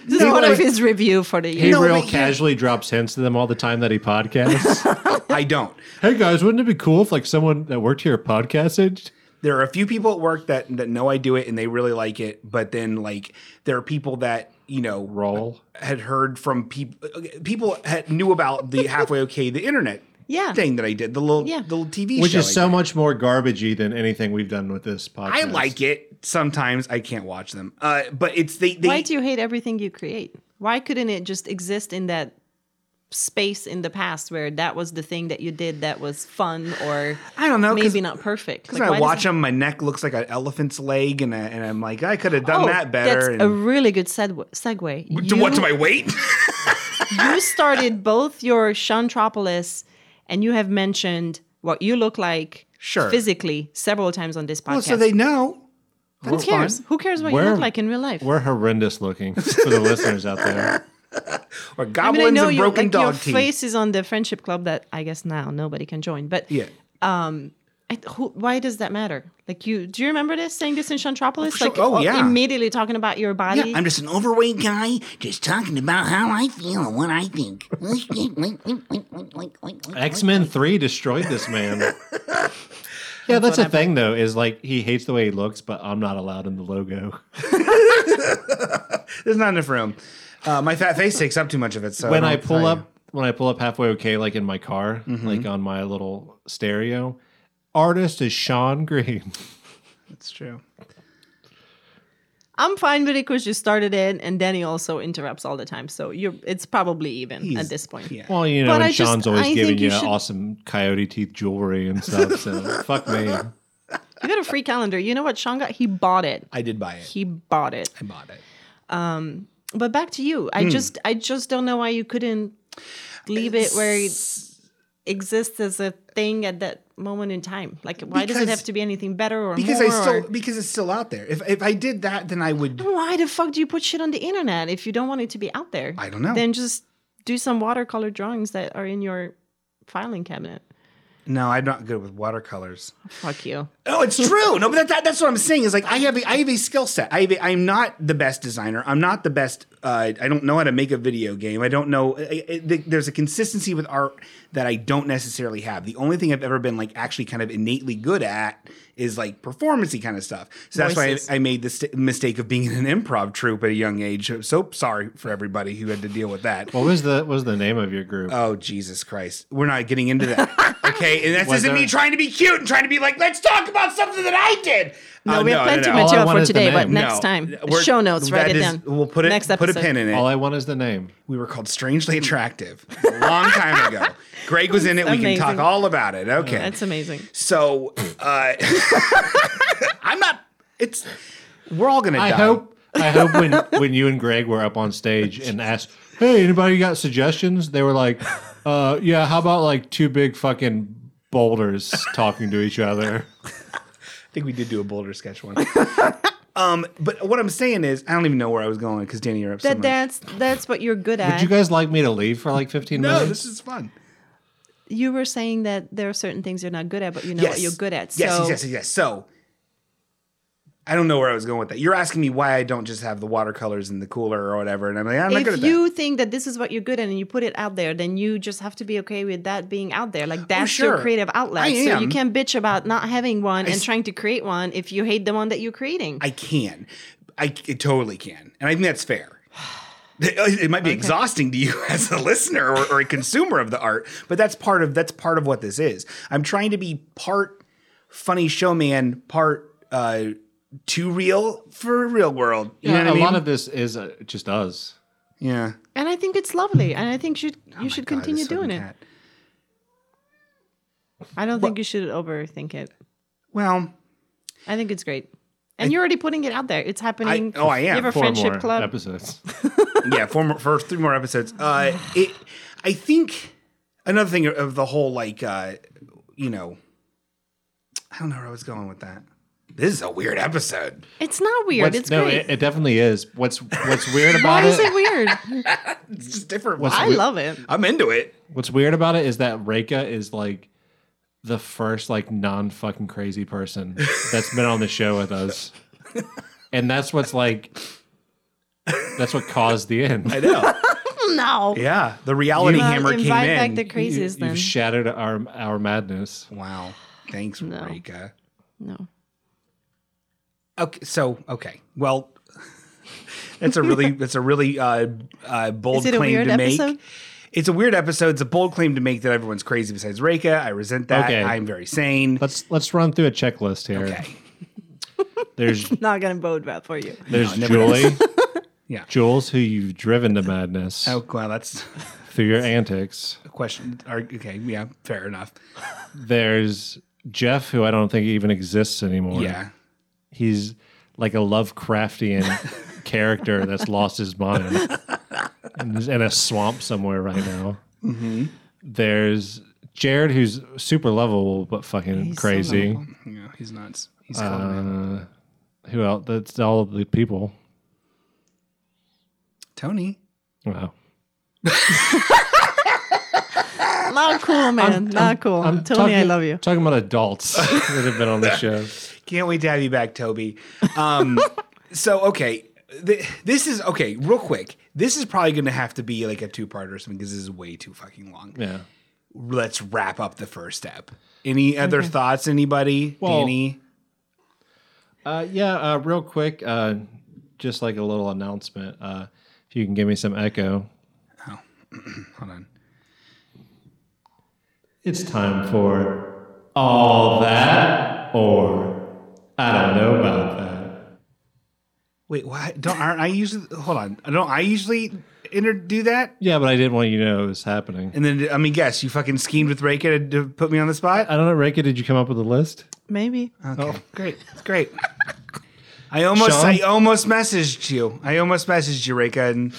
S4: this is one of his review for the
S2: He
S4: year.
S3: No,
S2: real
S3: but yeah.
S2: casually drops hints to them all the time that he podcasts.
S3: I don't.
S2: hey guys, wouldn't it be cool if like someone that worked here podcasted?
S3: there are a few people at work that that know I do it and they really like it, but then like there are people that you know
S2: Roll.
S3: had heard from people people had knew about the halfway okay the internet
S4: Yeah.
S3: thing that I did the little
S4: Yeah.
S3: the little TV
S2: Which
S3: show
S2: is
S3: I
S2: so
S3: did.
S2: much more garbagey than anything we've done with this podcast.
S3: I like it sometimes I can't watch them uh but it's they they
S4: Why do you hate everything you create? Why couldn't it just exist in that space in the past where that was the thing that you did that was fun or
S3: I don't know 'cause-
S4: maybe not perfect?
S3: because
S4: Like, why
S3: I
S4: does
S3: watch
S4: it-
S3: them my neck looks like an elephant's leg and, I, and I'm like I could have done
S4: Oh,
S3: that better
S4: That's a
S3: and,
S4: really good seg- segue.
S3: to
S4: You-
S3: what to my weight
S4: you started both your Shantropolis and you have mentioned what you look like
S3: Sure.
S4: physically several times on this podcast.
S3: well so they know
S4: Who
S3: We're
S4: cares?
S3: fine.
S4: Who cares what you
S2: We're-
S4: look like in real life?
S2: We're horrendous looking for the listeners out there.
S3: or
S4: I
S3: goblins
S4: mean, I know
S3: and
S4: you,
S3: broken
S4: like, your
S3: dog teeth
S4: face is on the friendship club that I guess now nobody can join. But
S3: yeah
S4: I, who, why does that matter? Like you, do you remember this saying this in Shantropolis?
S3: sure.
S4: Like,
S3: Oh,
S4: uh,
S3: yeah.
S4: immediately talking about your body.
S1: I'm just an overweight guy just talking about how I feel and what I think.
S2: X Men Three destroyed this man. yeah, that's the thing though. Is like he hates the way he looks, but I'm not allowed in the logo.
S3: There's not enough room. Uh, my fat face takes up too much of it. So
S2: when I
S3: don't
S2: pull
S3: tell Mm-hmm.
S2: up when I pull up halfway okay, like in my car, like on my little stereo, artist is Sean Green.
S3: you. it's true.
S4: I'm fine with it because you started it, and Danny also interrupts all the time. So you're, it's probably even
S3: He's-
S4: at this point.
S3: yeah.
S2: Well, you know,
S4: But
S2: and
S4: I just-
S2: Sean's always
S4: I
S2: giving
S4: think you
S2: you,
S4: should-
S2: awesome coyote teeth jewelry and stuff. So fuck me.
S4: You got a free calendar. You know what Sean got? He bought it.
S3: I did buy it.
S4: He bought it.
S3: I bought it.
S4: But back to you.
S3: Hmm.
S4: I just I just don't know why you couldn't leave it where it exists as a thing at that moment in time. Like why does it
S3: Because-
S4: have to be anything better or
S3: Because
S4: more?
S3: I still
S4: or-
S3: because it's still out there. If if I did that, then I would.
S4: why the fuck do you put shit on the internet if you don't want it to be out there?
S3: I don't know.
S4: Then just do some watercolor drawings that are in your filing cabinet.
S3: No, I'm not good with watercolors.
S4: Fuck you.
S3: Oh, it's true. No, but that, that, that's what I'm saying is like I have a, I have a skill set. I have a, I'm not the best designer. I'm not the best. Uh, I don't know how to make a video game. I don't know. I, I, th- there's a consistency with art that I don't necessarily have. The only thing I've ever been like actually kind of innately good at is like performancey kind of stuff. So that's
S4: Voices.
S3: why I, I made the st- mistake of being in an improv troupe at a young age. So sorry for everybody who had to deal with that.
S2: What was the what was the name of your group?
S3: Oh Jesus Christ! We're not getting into that, okay? And this
S2: Was
S3: isn't me
S2: there-
S3: trying to be cute and trying to be like, let's talk about something that I did.
S4: No,
S3: Uh,
S4: we have plenty of
S2: All I
S4: material
S2: want
S4: for
S2: is the
S4: today, but
S2: name.
S4: next
S3: No.
S4: time.
S3: We're-
S4: Show notes, write
S3: that
S4: it
S3: is-
S4: down.
S3: We'll put it
S4: next
S3: put
S4: episode.
S3: a pin in it.
S2: All I want is the name.
S3: we were called strangely attractive a long time ago. Greg was in it. We can
S4: Amazing.
S3: talk all about it. Okay,
S4: That's amazing.
S3: so uh, I'm not. It's we're all gonna.
S2: I
S3: die.
S2: hope I hope when when you and Greg were up on stage and asked, "Hey, anybody got suggestions?" They were like, uh, "Yeah, how about like two big fucking boulders talking to each other?"
S3: I think we did do a Boulder sketch one. um, but what I'm saying is, I don't even know where I was going because Danny, you're up. so
S4: That
S3: much.
S4: that's that's what you're good at.
S2: Would you guys like me to leave for like 15
S3: no,
S2: minutes?
S3: this is fun.
S4: you were saying that there are certain things you're not good at, but you know what you're good at. So
S3: Yes, yes, yes, yes. So I don't know where I was going with that. You're asking me why I don't just have the watercolors in the cooler or whatever, and I'm like, I'm not good
S4: if
S3: at
S4: you think that this is what you're good at and you put it out there, then you just have to be okay with that being out there. Like that's
S3: Oh, sure.
S4: your creative outlet.
S3: I
S4: So you
S3: am.
S4: can't bitch about not having one and trying to create one if you hate the one that you're creating.
S3: that. I can, I, c- totally can, and I think that's fair. It it might be exhausting to you as a listener or, or a consumer of the art, but that's part of that's part of what this is. I'm trying to be part funny showman, part uh, too real for real world. You know
S2: Yeah,
S3: what
S2: a
S3: I mean?
S2: lot of this is uh, just us.
S3: yeah.
S4: and I think it's lovely. And I think you you should
S3: Oh God,
S4: continue
S3: this fucking
S4: doing it.
S3: cat.
S4: I don't think you should overthink it.
S3: Well,
S4: I think it's great. And you're already putting it out there. It's happening.
S3: oh, I am.
S4: You have a
S2: Four
S4: friendship
S2: more
S4: club.
S2: episodes.
S3: yeah, four more, for three more episodes. Uh, it, I think another thing of the whole, like, uh, you know, I don't know where I was going with that. This is a weird episode.
S4: It's not weird.
S2: What's-
S4: it's
S2: no,
S4: great.
S2: it, it definitely is. What's what's weird about
S4: Why is it
S2: it?
S4: weird?
S3: It's just different.
S2: What's
S4: I
S2: we-
S4: love it.
S3: I'm into it.
S2: What's weird about it is that Reika is like the first like non fucking crazy person that's been on the show with us, and that's what's like. That's what caused the end.
S3: I know.
S4: No.
S3: yeah, the reality
S4: Well,
S3: hammer came
S4: invite back
S3: in.
S4: the crazies
S2: you,
S4: then.
S2: have shattered our our madness.
S3: wow. Thanks, Marika.
S4: no.
S3: Okay, so okay. Well, that's a really that's a really uh, uh, bold
S4: Is it a
S3: claim
S4: weird
S3: to make.
S4: episode?
S3: It's a weird episode. It's a bold claim to make that everyone's crazy besides Reika. I resent that.
S2: Okay.
S3: I'm very sane.
S2: Let's let's run through a checklist here.
S3: okay.
S2: There's
S4: Not gonna bode well for you.
S2: there's
S3: never
S2: Julie.
S3: Yeah.
S2: Jules, who you've driven to madness
S3: Oh, well, that's
S2: through your antics.
S3: a question. Or, okay, yeah, fair enough.
S2: There's Jeff, who I don't think even exists anymore.
S3: Yeah.
S2: He's like a Lovecraftian character that's lost his mind and is in a swamp somewhere right now. Mm-hmm. There's Jared, who's super lovable but fucking crazy.
S3: Yeah, he's nuts. He's clever.
S2: uh, who else? That's all of the people.
S3: Tony.
S2: Wow.
S4: Not cool, man. Not cool. Tony, I
S2: Talking-
S4: love you.
S2: Talking about adults that have been on the show.
S3: Can't wait to have you back, Toby. Um, so, okay. th- This is okay, real quick. This is probably going to have to be like a two part or something because this is way too fucking long.
S2: Yeah.
S3: Let's wrap up the first step. Any other thoughts, anybody?
S2: Well-
S3: Danny?
S2: Uh, yeah, uh, real quick, uh, just like a little announcement. Uh, if you can give me some echo,
S3: Hold on.
S2: it's time for all that, or I don't know about that.
S3: Wait, what? Don't aren't I usually hold on? Don't I usually inter- do that?
S2: Yeah, but I didn't want you to know it was happening.
S3: And then I mean, guess you fucking schemed with Reika to, to put me on the spot.
S2: I don't know, Reika, did you come up with a list?
S4: Maybe.
S3: Uh, Okay. Great. Great. I almost
S2: Sean?
S3: I almost messaged you. I almost messaged you, Reika, and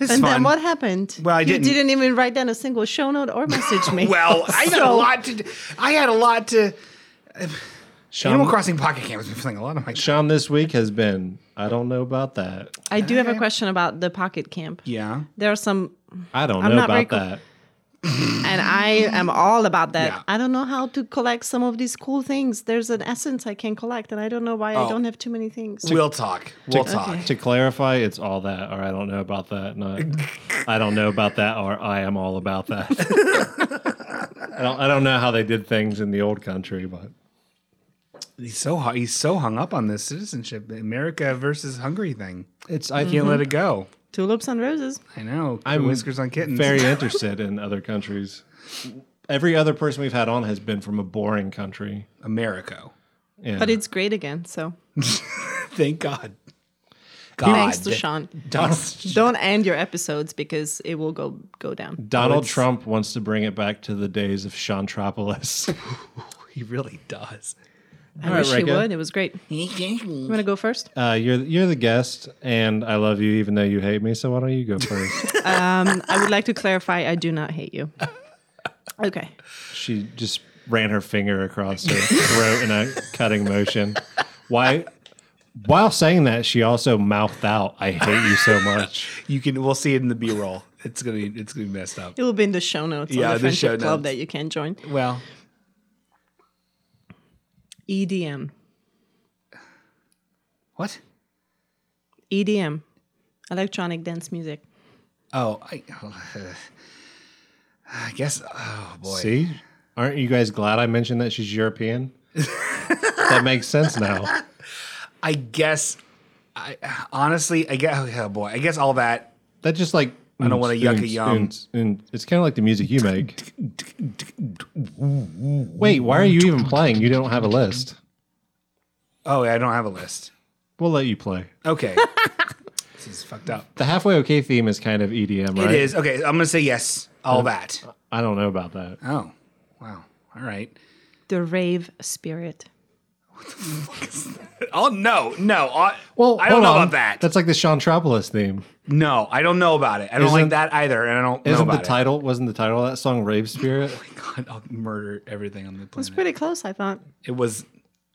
S3: this is
S4: and
S3: fun.
S4: then what happened?
S3: Well, I
S4: You
S3: didn't-
S4: didn't even write down a single show note or message me.
S3: well, I had a
S4: So-
S3: lot to. I had a lot to. Animal
S2: Sean,
S3: Crossing Pocket Camp has been playing a lot of my.
S2: Sean this week has been, I don't know about that.
S4: I do have a question about the pocket camp.
S3: Yeah.
S4: There are some,
S2: I don't
S4: I'm
S2: know
S4: not very
S2: about
S4: cool.
S2: that.
S4: and I am all about that.
S3: Yeah.
S4: I don't know how to collect some of these cool things. There's an essence I can collect, and I don't know why
S3: Oh.
S4: I don't have too many things.
S3: We'll talk. We'll talk.
S2: To clarify, it's all that, or I don't know about that. Not, I don't know about that, or I am all about that. I don't, I don't know how they did things in the old country, but
S3: He's so hu- he's so hung up on this citizenship, America versus Hungary thing.
S2: it's I
S3: Can't let it go.
S4: Tulips and roses.
S3: I know.
S2: I'm
S3: whiskers on kittens.
S2: very interested in other countries. Every other person we've had on has been from a boring country.
S3: America.
S2: Yeah.
S4: But it's great again. So
S3: Thank God. God.
S4: thanks to Sean. Don't end your episodes because it will go go down.
S2: Donald
S3: it's-
S2: Trump wants to bring it back to the days of Shantropolis.
S3: He really does.
S4: I
S2: All right,
S4: wish you
S2: Reka.
S4: would. It was great. You want to go first?
S2: Uh, you're you're the guest, and I love you even though you hate me. So why don't you go first?
S4: I would like to clarify I do not hate you. Okay.
S2: she just ran her finger across her throat in a cutting motion. Why? While saying that, she also mouthed out, "I hate you so much."
S3: You can. We'll see it in the B roll. It's gonna. Be, it's gonna be messed up.
S4: It will be in the show notes
S3: Yeah,
S4: on
S3: the
S4: the
S3: show
S4: friendship club
S3: notes.
S4: that you can join.
S3: Well,
S4: E EDM.
S3: What?
S4: EDM, E electronic dance music.
S3: Oh, I, I guess. Oh boy.
S2: See? Aren't you guys glad I mentioned that she's European? that makes sense now.
S3: I guess. I honestly, I guess. Oh boy. I guess all that.
S2: That just like I
S3: don't wanna yucca yum.
S2: And it's kind of like the music you make. Wait, why are you even playing? You don't have a list.
S3: Oh, I don't have a list.
S2: We'll let you play.
S3: Okay. this is fucked up.
S2: The halfway okay theme is kind of EDM, right?
S3: It is okay. I'm gonna say yes. All that.
S2: I don't know about that.
S3: Oh, wow. All right.
S4: The rave spirit.
S3: Oh no, no. I,
S2: Well,
S3: I don't
S2: hold
S3: know
S2: on.
S3: about that.
S2: That's like the Sean Tropolis theme.
S3: no, I don't know about it. I don't like
S2: Isn't-
S3: that either, and I don't know
S2: Isn't the
S3: about it.
S2: title? Wasn't the title of that song "Rave Spirit"?
S3: God, I'll murder everything on the
S4: It's
S3: planet.
S4: pretty close, I thought.
S3: it was.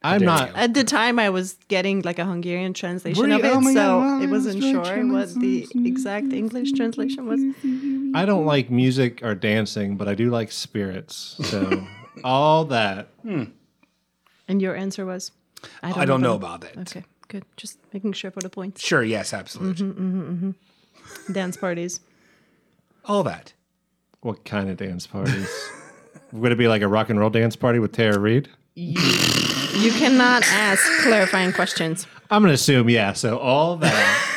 S2: I'm
S3: dare
S2: not.
S3: you.
S4: At the time, I was getting like a Hungarian translation
S3: Were
S4: of
S3: you-
S4: it,
S3: oh my
S4: so
S3: God,
S4: it
S3: wow,
S4: wasn't
S3: that's right,
S4: sure what the exact English translation was.
S2: I don't like music or dancing, but I do like spirits. So all that.
S4: And your answer was, I don't,
S3: I don't know about that.
S4: Okay, Mm-hmm. good. Just making sure for the points.
S3: Sure. Yes. Absolutely.
S4: Dance parties.
S3: All that.
S2: What kind of dance parties? Would it be like a rock and roll dance party with Tara Reid?
S4: You cannot ask clarifying questions.
S2: I'm gonna assume yeah. So all that.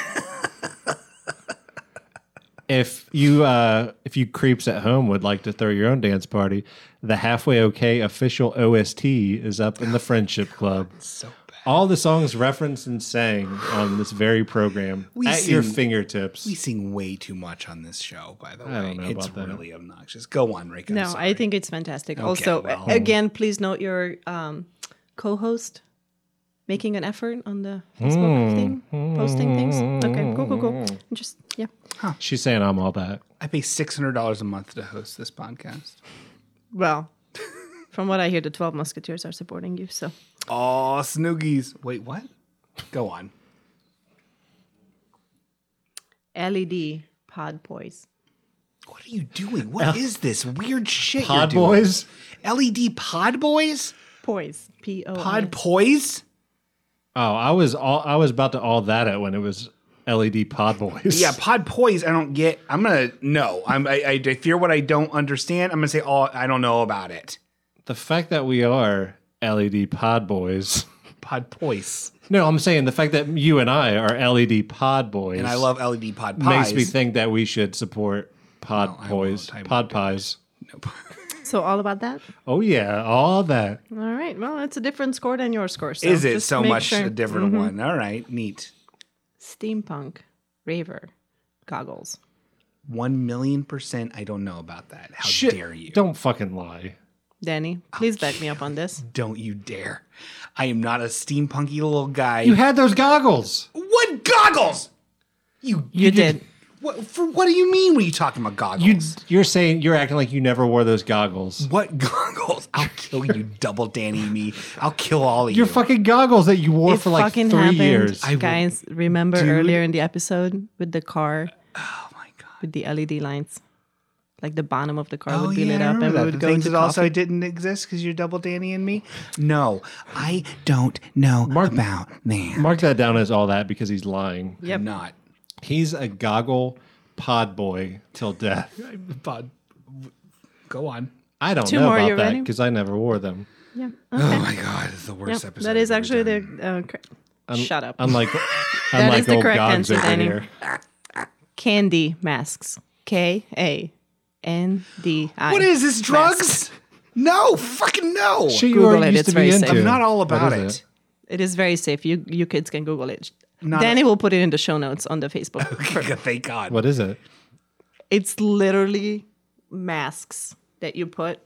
S2: if you uh, if you creeps at home would like to throw your own dance party, the halfway okay official OST is up in the Friendship Club.
S3: So bad.
S2: All the songs referenced and sang on this very program
S3: We
S2: at your
S3: sing-
S2: fingertips.
S3: We sing way too much on this show, by the way.
S2: I don't know
S3: it's
S2: about that.
S3: really obnoxious. Go on, Rick. I'm
S4: No,
S3: sorry.
S4: I think it's fantastic. also,
S3: well.
S4: again, please note your um, co-host making an effort on the Facebook
S3: Hmm.
S4: thing, posting things. Okay, cool, cool, cool. Just yeah,
S2: She's saying I'm all that.
S3: I pay six hundred dollars a month to host this podcast.
S4: Well, from what I hear, the 12 Musketeers are supporting you. So,
S3: Oh, snoogies. Wait, what? Go on.
S4: LED E pod boys.
S3: What are you doing? What is this weird shit?
S2: Pod
S3: you're doing?
S2: Boys.
S3: LED pod boys?
S4: Poise. P O.
S3: Pod poise?
S2: Oh, I was all I was about to all that at when it was LED Pod Boys.
S3: Yeah, pod poise. I don't get. I'm gonna no. I'm. I, I- I fear what I don't understand. I'm gonna say all. I don't know about it.
S2: the fact that we are LED Pod Boys.
S3: Pod poise.
S2: No, I'm saying the fact that you and I are LED Pod Boys
S3: And I love LED pod pies.
S2: makes me think that we should support Pod Boys,
S3: I
S2: Pod Pies.
S3: Nope.
S4: So all about that.
S2: Oh yeah, all that.
S4: All right. Well, it's a different score than your score. So
S3: Is it
S4: just
S3: so
S4: make
S3: much
S4: sure.
S3: a different one? All right, neat.
S4: Steampunk, raver, goggles.
S3: One million percent. I don't know about that. How dare you?
S2: Don't fucking lie.
S4: Danny, please back me up on this.
S3: Don't you dare. I am not a steampunky little guy.
S2: You had those goggles.
S3: what goggles? You
S4: You did.
S3: What, for, what do you mean? What are you talking about goggles?
S2: You you're saying you're acting like you never wore those goggles.
S3: what goggles? I'll kill you, double Danny me. I'll kill all of
S2: Your
S3: you.
S2: fucking goggles that you wore
S4: It
S2: for like
S4: fucking
S2: three
S4: happened.
S2: years.
S3: I will-
S4: Guys, remember
S3: Dude.
S4: earlier in the episode with the car
S3: oh my god.
S4: with the LED lights, like the bottom of the car
S3: Oh,
S4: would be
S3: yeah,
S4: lit
S3: I
S4: up,
S3: remember
S4: and
S3: that.
S4: we would
S3: the
S4: go
S3: things
S4: into
S3: that also
S4: coffee.
S3: didn't exist because you're double Danny and me. No, I don't know
S2: Mark-
S3: about that.
S2: Mark that down as all that because he's lying.
S4: Yep.
S3: I'm not.
S2: He's a goggle pod boy till death.
S3: But go on.
S2: I don't
S4: Two
S2: know
S4: more, you
S2: about that
S4: ready?
S2: because I never wore them.
S4: Yeah.
S3: Oh my god, this is the worst
S4: Yep,
S3: episode.
S4: That is
S3: I've ever
S4: actually
S3: done.
S4: the. Uh, cor- Shut up.
S2: Unlike unlike
S4: is the
S2: old
S4: correct
S2: gods
S4: answer,
S2: over
S4: Danny.
S2: here.
S4: Candy masks. K A N D I.
S3: What is this? Drugs? No, fucking no.
S2: Shit you
S4: Google
S2: already
S4: it,
S2: used
S4: it's
S2: to
S4: very
S2: be
S4: safe.
S2: into.
S4: I'm
S3: I'm not all
S2: What
S3: about
S2: is
S3: it.
S4: It is very safe. You you kids can Google it.
S3: Not
S4: Danny will put it in the show notes on the Facebook.
S3: God, Thank God.
S2: What is it?
S4: It's literally masks that you put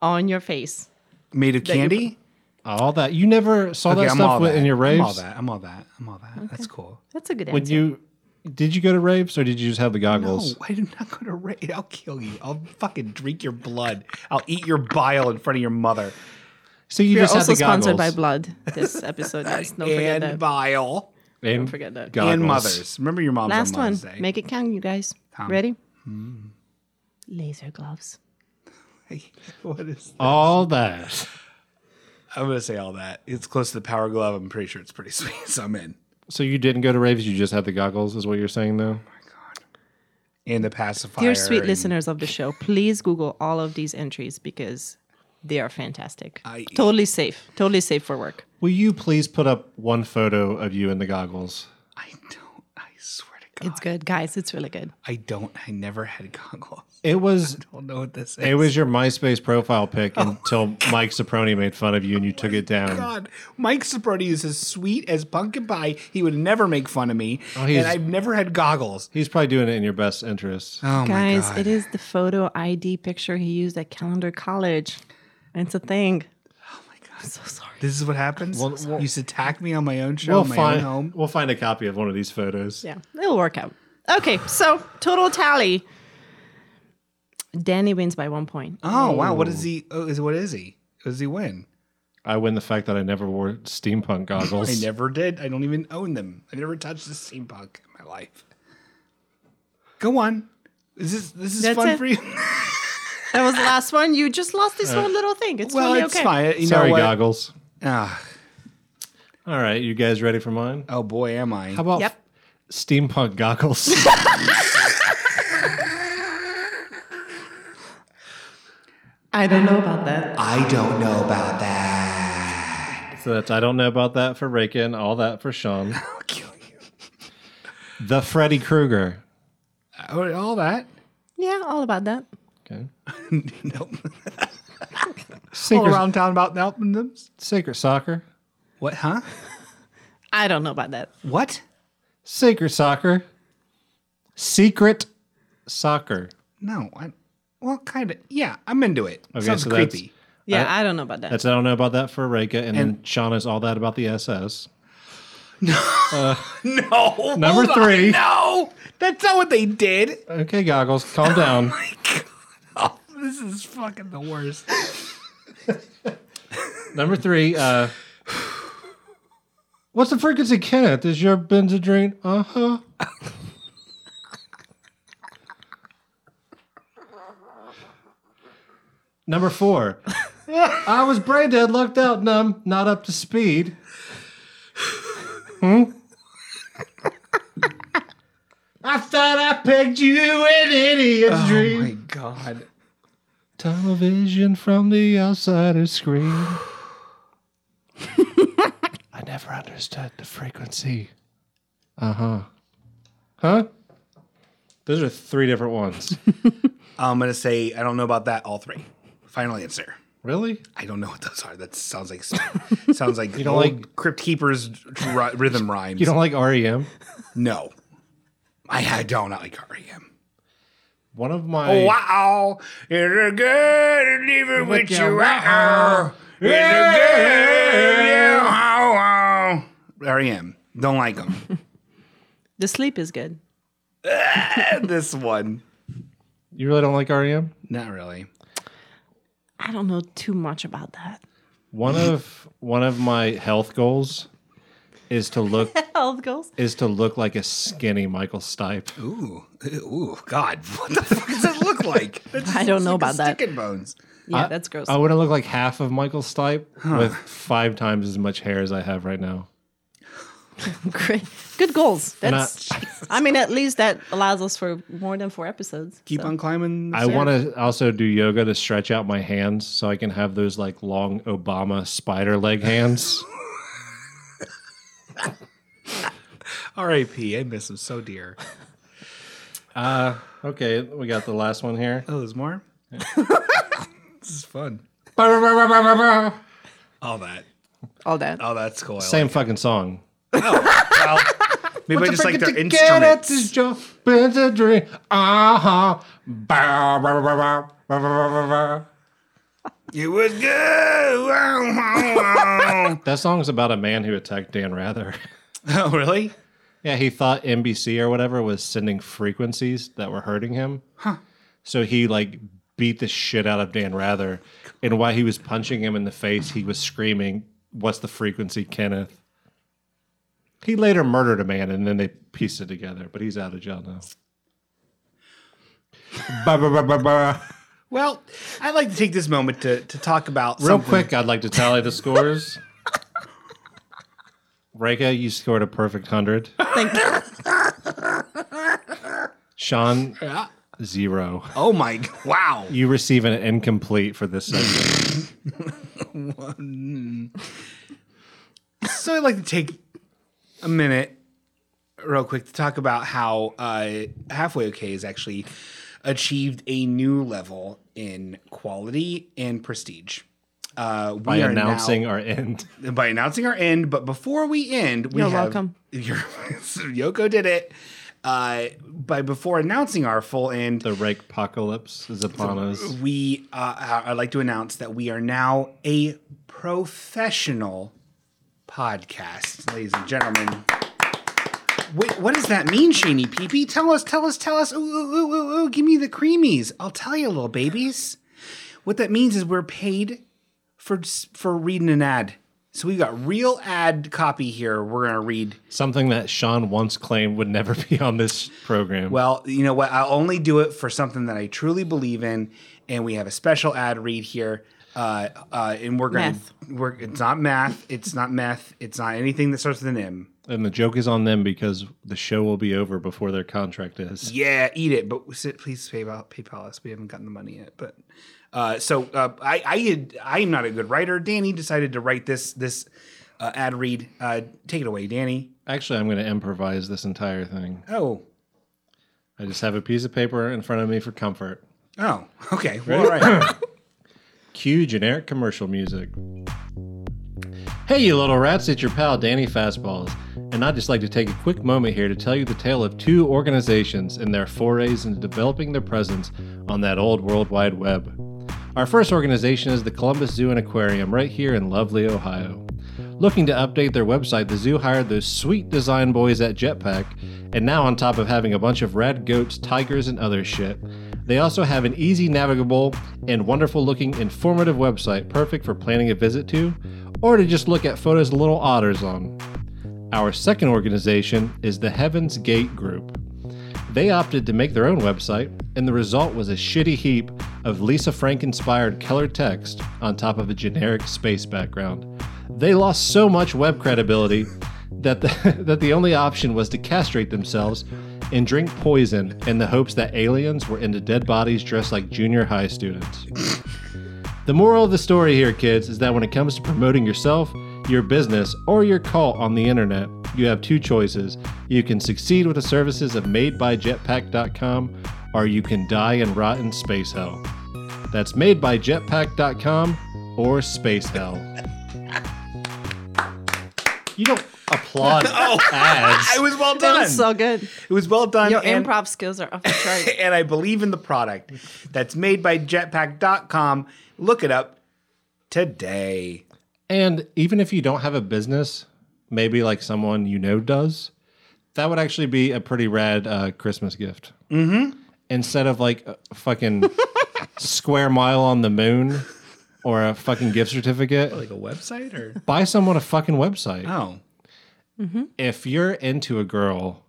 S4: on your face.
S3: Made of candy?
S2: All that you never saw that
S3: I'm all
S2: stuff
S3: that.
S2: with- in your
S3: I'm all
S2: raves.
S3: that. I'm all that. I'm all that. That's cool.
S4: That's a good
S2: When
S4: answer.
S2: you did you go to raves or did you just have the
S3: No,
S2: goggles?
S3: Oh, I am not going to rave. I'll kill you. I'll fucking drink your blood. I'll eat your bile in front of your mother.
S2: So you
S4: We're
S2: just had
S4: also
S2: the
S4: sponsored
S2: goggles
S4: by Blood this episode. Guys. Don't forget
S3: and
S4: that.
S3: bile.
S2: and don't
S4: forget that.
S2: goggles.
S3: And mothers. Remember your mom's
S4: Last
S3: on
S4: one.
S3: Mother's Day.
S4: Make it count, Hmm. you guys. Ready? Laser gloves.
S3: what is
S2: All that.
S3: I'm gonna say all that. It's close to the power glove. I'm pretty sure it's pretty sweet, so I'm in.
S2: So you didn't go to raves. You just had the goggles, is what you're saying, though.
S3: And the pacifier.
S4: Dear sweet
S3: and-
S4: listeners of the show, please Google all of these entries because they are fantastic.
S3: I-
S4: totally safe. Totally safe for work.
S2: Will you please put up one photo of you in the goggles?
S3: I don't. I swear to God.
S4: It's good, guys. It's really good.
S3: I don't. I never had goggles.
S2: It was
S3: I don't know what this is.
S2: it was your MySpace profile pic until Mike Soproni made fun of you and you took it down.
S3: God, Mike Saproni is as sweet as pumpkin pie. He would never make fun of me,
S2: he's-
S3: and I've never had goggles.
S2: He's probably doing it in your best interest.
S3: Oh
S4: guys, it is the photo ID picture he used at Calendar College. It's a thing.
S3: I'm so sorry. This is what happens.
S2: Well, well-
S3: you used to attack me on my own show,
S2: We'll
S3: my own
S2: find
S3: home.
S2: we'll find a copy of one of these photos.
S4: Yeah, it'll work out. Okay, so total tally. Danny wins by one point.
S3: Oh wow, what is he? Oh, is what is he? What does he win?
S2: I win the fact that I never wore steampunk goggles.
S3: I never did. I don't even own them. I never touched a steampunk in my life. Go on. Is this this is
S4: That's
S3: fun
S4: it.
S3: for you?
S4: That was the last one. You just lost this one little thing. It's
S3: Uh, well,
S4: totally
S3: it's
S4: okay.
S3: fine. You
S2: Sorry,
S3: know what?
S2: goggles.
S3: Ah,
S2: All right, you guys ready for mine?
S3: oh boy, am I?
S2: How about
S4: Yep.
S2: steampunk goggles?
S4: I don't know about that.
S3: I don't know about that.
S2: so that's I don't know about that for Raken, all that for Sean.
S3: I'll kill you.
S2: The Freddy Krueger.
S3: Oh, All that?
S4: Yeah, all about that.
S2: Okay.
S3: Nope. All
S2: Secret,
S3: around town about albums.
S2: secret soccer.
S3: What? Huh?
S4: I don't know about that.
S3: What?
S2: Secret soccer. Secret soccer.
S3: No. I, well, kind of. Yeah, I'm into it.
S2: Okay,
S3: Sounds
S2: so that's-
S3: creepy.
S4: Yeah, I, don't know about that.
S2: That's I don't know about that for Reka, and, then Sean is all that about the SS.
S3: No.
S2: Number
S3: Oh, hold on,
S2: three.
S3: No, that's not what they did.
S2: Okay, goggles, calm down.
S3: Oh, this is fucking the worst.
S2: Number three, uh What's the frequency, Kenneth? Is your benzodrine? Uh huh. Number four, I was brain dead, lucked out, numb, not up to speed. Hmm? I thought I pegged you in idiot's
S3: Oh
S2: dream.
S3: my god.
S2: Television from the outsider's screen. I never understood the frequency. Uh Uh-huh. huh. Huh? Those are three different ones.
S3: I'm gonna say I don't know about that. All three. Final answer.
S2: really?
S3: I don't know what those are. That sounds like sounds like you
S2: don't like-
S3: Crypt Keepers ri- rhythm rhymes.
S2: You don't like E REM?
S3: no, I, I don't like E REM.
S2: One of my.
S3: Oh, Wow, it's a good living with
S2: your
S3: you. Wow, it's a good wow. REM, E don't like them.
S4: the sleep is good.
S3: this one,
S2: You really don't like E REM?
S3: not really.
S4: I don't know too much about that.
S2: One of one of my health goals is to look
S4: Health goals.
S2: is to look like a skinny Michael Stipe.
S3: Ooh, eh, ooh, God, what the fuck does it look like? That just
S4: I
S3: looks
S4: don't know
S3: like a
S4: about that.
S3: Stick and bones.
S4: Yeah,
S3: Uh,
S4: that's gross.
S2: I want to look like half of Michael Stipe with five times as much hair as I have right now.
S4: Great. Good goals.
S3: uh,
S4: That's. I mean, at least that allows us for more than four episodes.
S3: Keep on climbing.
S2: I want to also do yoga to stretch out my hands so I can have those like long Obama spider leg hands.
S3: R.I.P. I miss him so dear.
S2: okay, we got the last one here.
S3: Oh, there's more. this is fun. All that.
S4: All that.
S3: Oh, that's cool. I
S2: Same fucking song.
S3: Like. Oh, Maybe I just like their
S2: It's
S3: instruments.
S2: just been a dream. Uh-huh. Ba- ba- ba- ba- ba- ba- ba- ba-
S3: You was good.
S2: ba. That song's about a man who attacked Dan Rather.
S3: oh, really?
S2: Yeah, he thought NBC or whatever was sending frequencies that were hurting him. So he like beat the shit out of Dan Rather. And while he was punching him in the face, he was screaming, What's the frequency, Kenneth? He later murdered a man and then they pieced it together, but he's out of jail now. Ba, ba, ba, ba, ba.
S3: Well, I'd like to take this moment to, to talk about
S2: Real
S3: something-
S2: quick, I'd like to tally the scores. Reka, you scored a perfect 100.
S4: Thank you.
S2: Sean, zero.
S3: Oh my! g- Wow!
S2: You receive an incomplete for this segment.
S3: So I'd like to take a minute, real quick, to talk about how uh, Halfway Okay has actually achieved a new level in quality and prestige. Uh, we
S2: by
S3: are
S2: announcing our end.
S3: now, by announcing our end, but before we end, we
S4: You're
S3: have-
S4: welcome.
S3: You're- Yoko did it. Uh, by before announcing our full end,
S2: The rake apocalypse is upon us.
S3: we uh, I'd like to announce that we are now a professional podcast, ladies and gentlemen. Wait, what does that mean, Shani Peepee? Tell us, tell us, tell us. Ooh, ooh, ooh, ooh, ooh, give me the creamies. I'll tell you, little babies. What that means is we're paid for for reading an ad. So we got real ad copy here. We're gonna read.
S2: Something that Sean once claimed would never be on this program.
S3: Well, you know what? I'll only do it for something that I truly believe in, and we have a special ad read here. Uh, uh, and we're gonna
S4: Meth.
S3: we're it's not math, it's not meth, it's not anything that starts with an M.
S2: and the joke is on them because the show will be over before their contract is.
S3: Yeah, eat it, but s- please PayPal PayPal us. We haven't gotten the money yet, but uh, so uh, I I had- I am not a good writer. Danny decided to write this this uh, ad read. Uh, take it away, Danny.
S2: Actually, I'm going to improvise this entire thing.
S3: Oh
S2: I just have a piece of paper in front of me for comfort.
S3: oh okay. Well, all right.
S2: Cue generic commercial music. Hey, you little rats, it's your pal Danny Fastballs, and I'd just like to take a quick moment here to tell you the tale of two organizations and their forays into developing their presence on that old World Wide Web. Our first organization is the Columbus Zoo and Aquarium, right here in lovely Ohio. Looking to update their website, the zoo hired those sweet design boys at Jetpack, and now on top of having a bunch of rad goats, tigers, and other shit, they also have an easy navigable and wonderful looking informative website perfect for planning a visit to or to just look at photos of little otters on. Our second organization is the Heaven's Gate Group. They opted to make their own website, and the result was a shitty heap of Lisa Frank inspired Keller text on top of a generic space background. They lost so much web credibility that the, that the only option was to castrate themselves and drink poison in the hopes that aliens were into dead bodies dressed like junior high students. The moral of the story here, kids, is that when it comes to promoting yourself, your business, or your cult on the internet, you have two choices. You can succeed with the services of madebyjetpack.com, or you can die and rot in space hell. That's madebyjetpack.com or space hell. You don't applaud
S3: it
S2: ads.
S3: was well
S4: That
S3: done.
S4: was so good.
S3: it was well done.
S4: Your
S3: and-
S4: improv skills are off the chart.
S3: and I believe in the product that's made by jetpack.com. Look it up today.
S2: And even if you don't have a business, maybe like someone you know does, that would actually be a pretty rad uh, Christmas gift. Mm-hmm. Instead of like a fucking square mile on the moon or a fucking gift certificate,
S3: Like a website or
S2: buy someone a fucking website.
S3: oh.
S2: If you're into a girl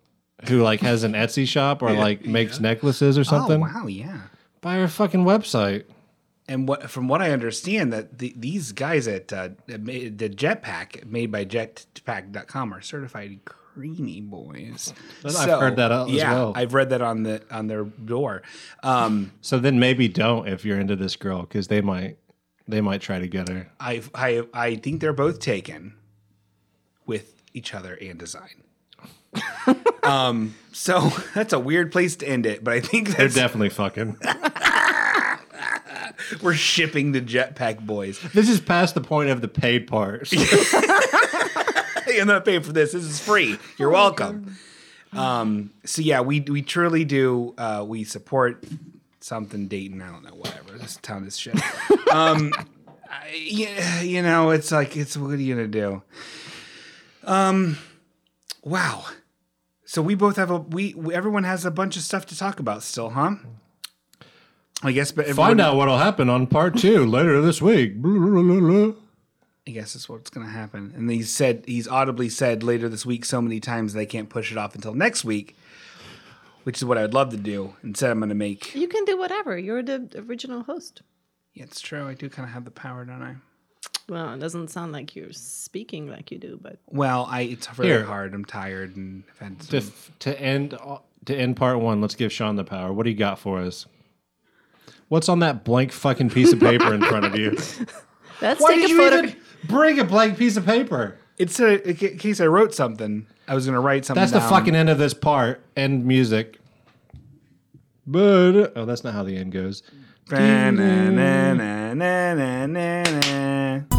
S2: who like has an Etsy shop or like makes necklaces or something,
S3: Oh wow, yeah.
S2: buy her a fucking website.
S3: And what from what I understand that the, these guys at uh, that made- the jetpack made by jetpack.com are certified creamy boys.
S2: I've heard that out as
S3: yeah,
S2: well.
S3: I've read that on the on their door. Um,
S2: So then maybe don't if you're into this girl because they might they might try to get her.
S3: I I I think they're both taken with each other and design. um, so that's a weird place to end it, but I think
S2: They're
S3: that's,
S2: definitely fucking.
S3: we're shipping the jetpack boys.
S2: This is past the point of the paid part.
S3: You're not paying for this. This is free. You're welcome. Um, so yeah, we we truly do. Uh, we support something Dayton. I don't know, whatever. This town is shit. um, I, yeah, you know, it's like it's what are you gonna do? Um, wow. So we both have a we, we everyone has a bunch of stuff to talk about still, huh? I guess, but everyone-
S2: Find out what'll happen on part two later this week. Blah, blah, blah, blah.
S3: I guess that's what's going to happen. And he said he's audibly said later this week so many times they can't push it off until next week. which is what I would love to do. Instead, I'm going to make.
S4: You can do whatever. You're the original host.
S3: Yeah, it's true. I do kind of have the power, don't I?
S4: Well, it doesn't sound like you're speaking like you do, but
S3: Well, I it's very
S2: Here.
S3: hard. I'm tired and I've had
S2: To,
S3: some-
S2: f- to end to end part one, let's give Sean the power. What do you got for us? What's on that blank fucking piece of paper in front of you?
S4: let's
S2: Why
S4: take
S2: did
S4: a
S2: you
S4: photo.
S2: even bring a blank piece of paper?
S3: It's a, in ca- case I wrote something. I was going to write something.
S2: That's the
S3: down.
S2: fucking end of this part. End music. But oh, that's not how the end goes.
S3: Na, na, na, na, na, na, na.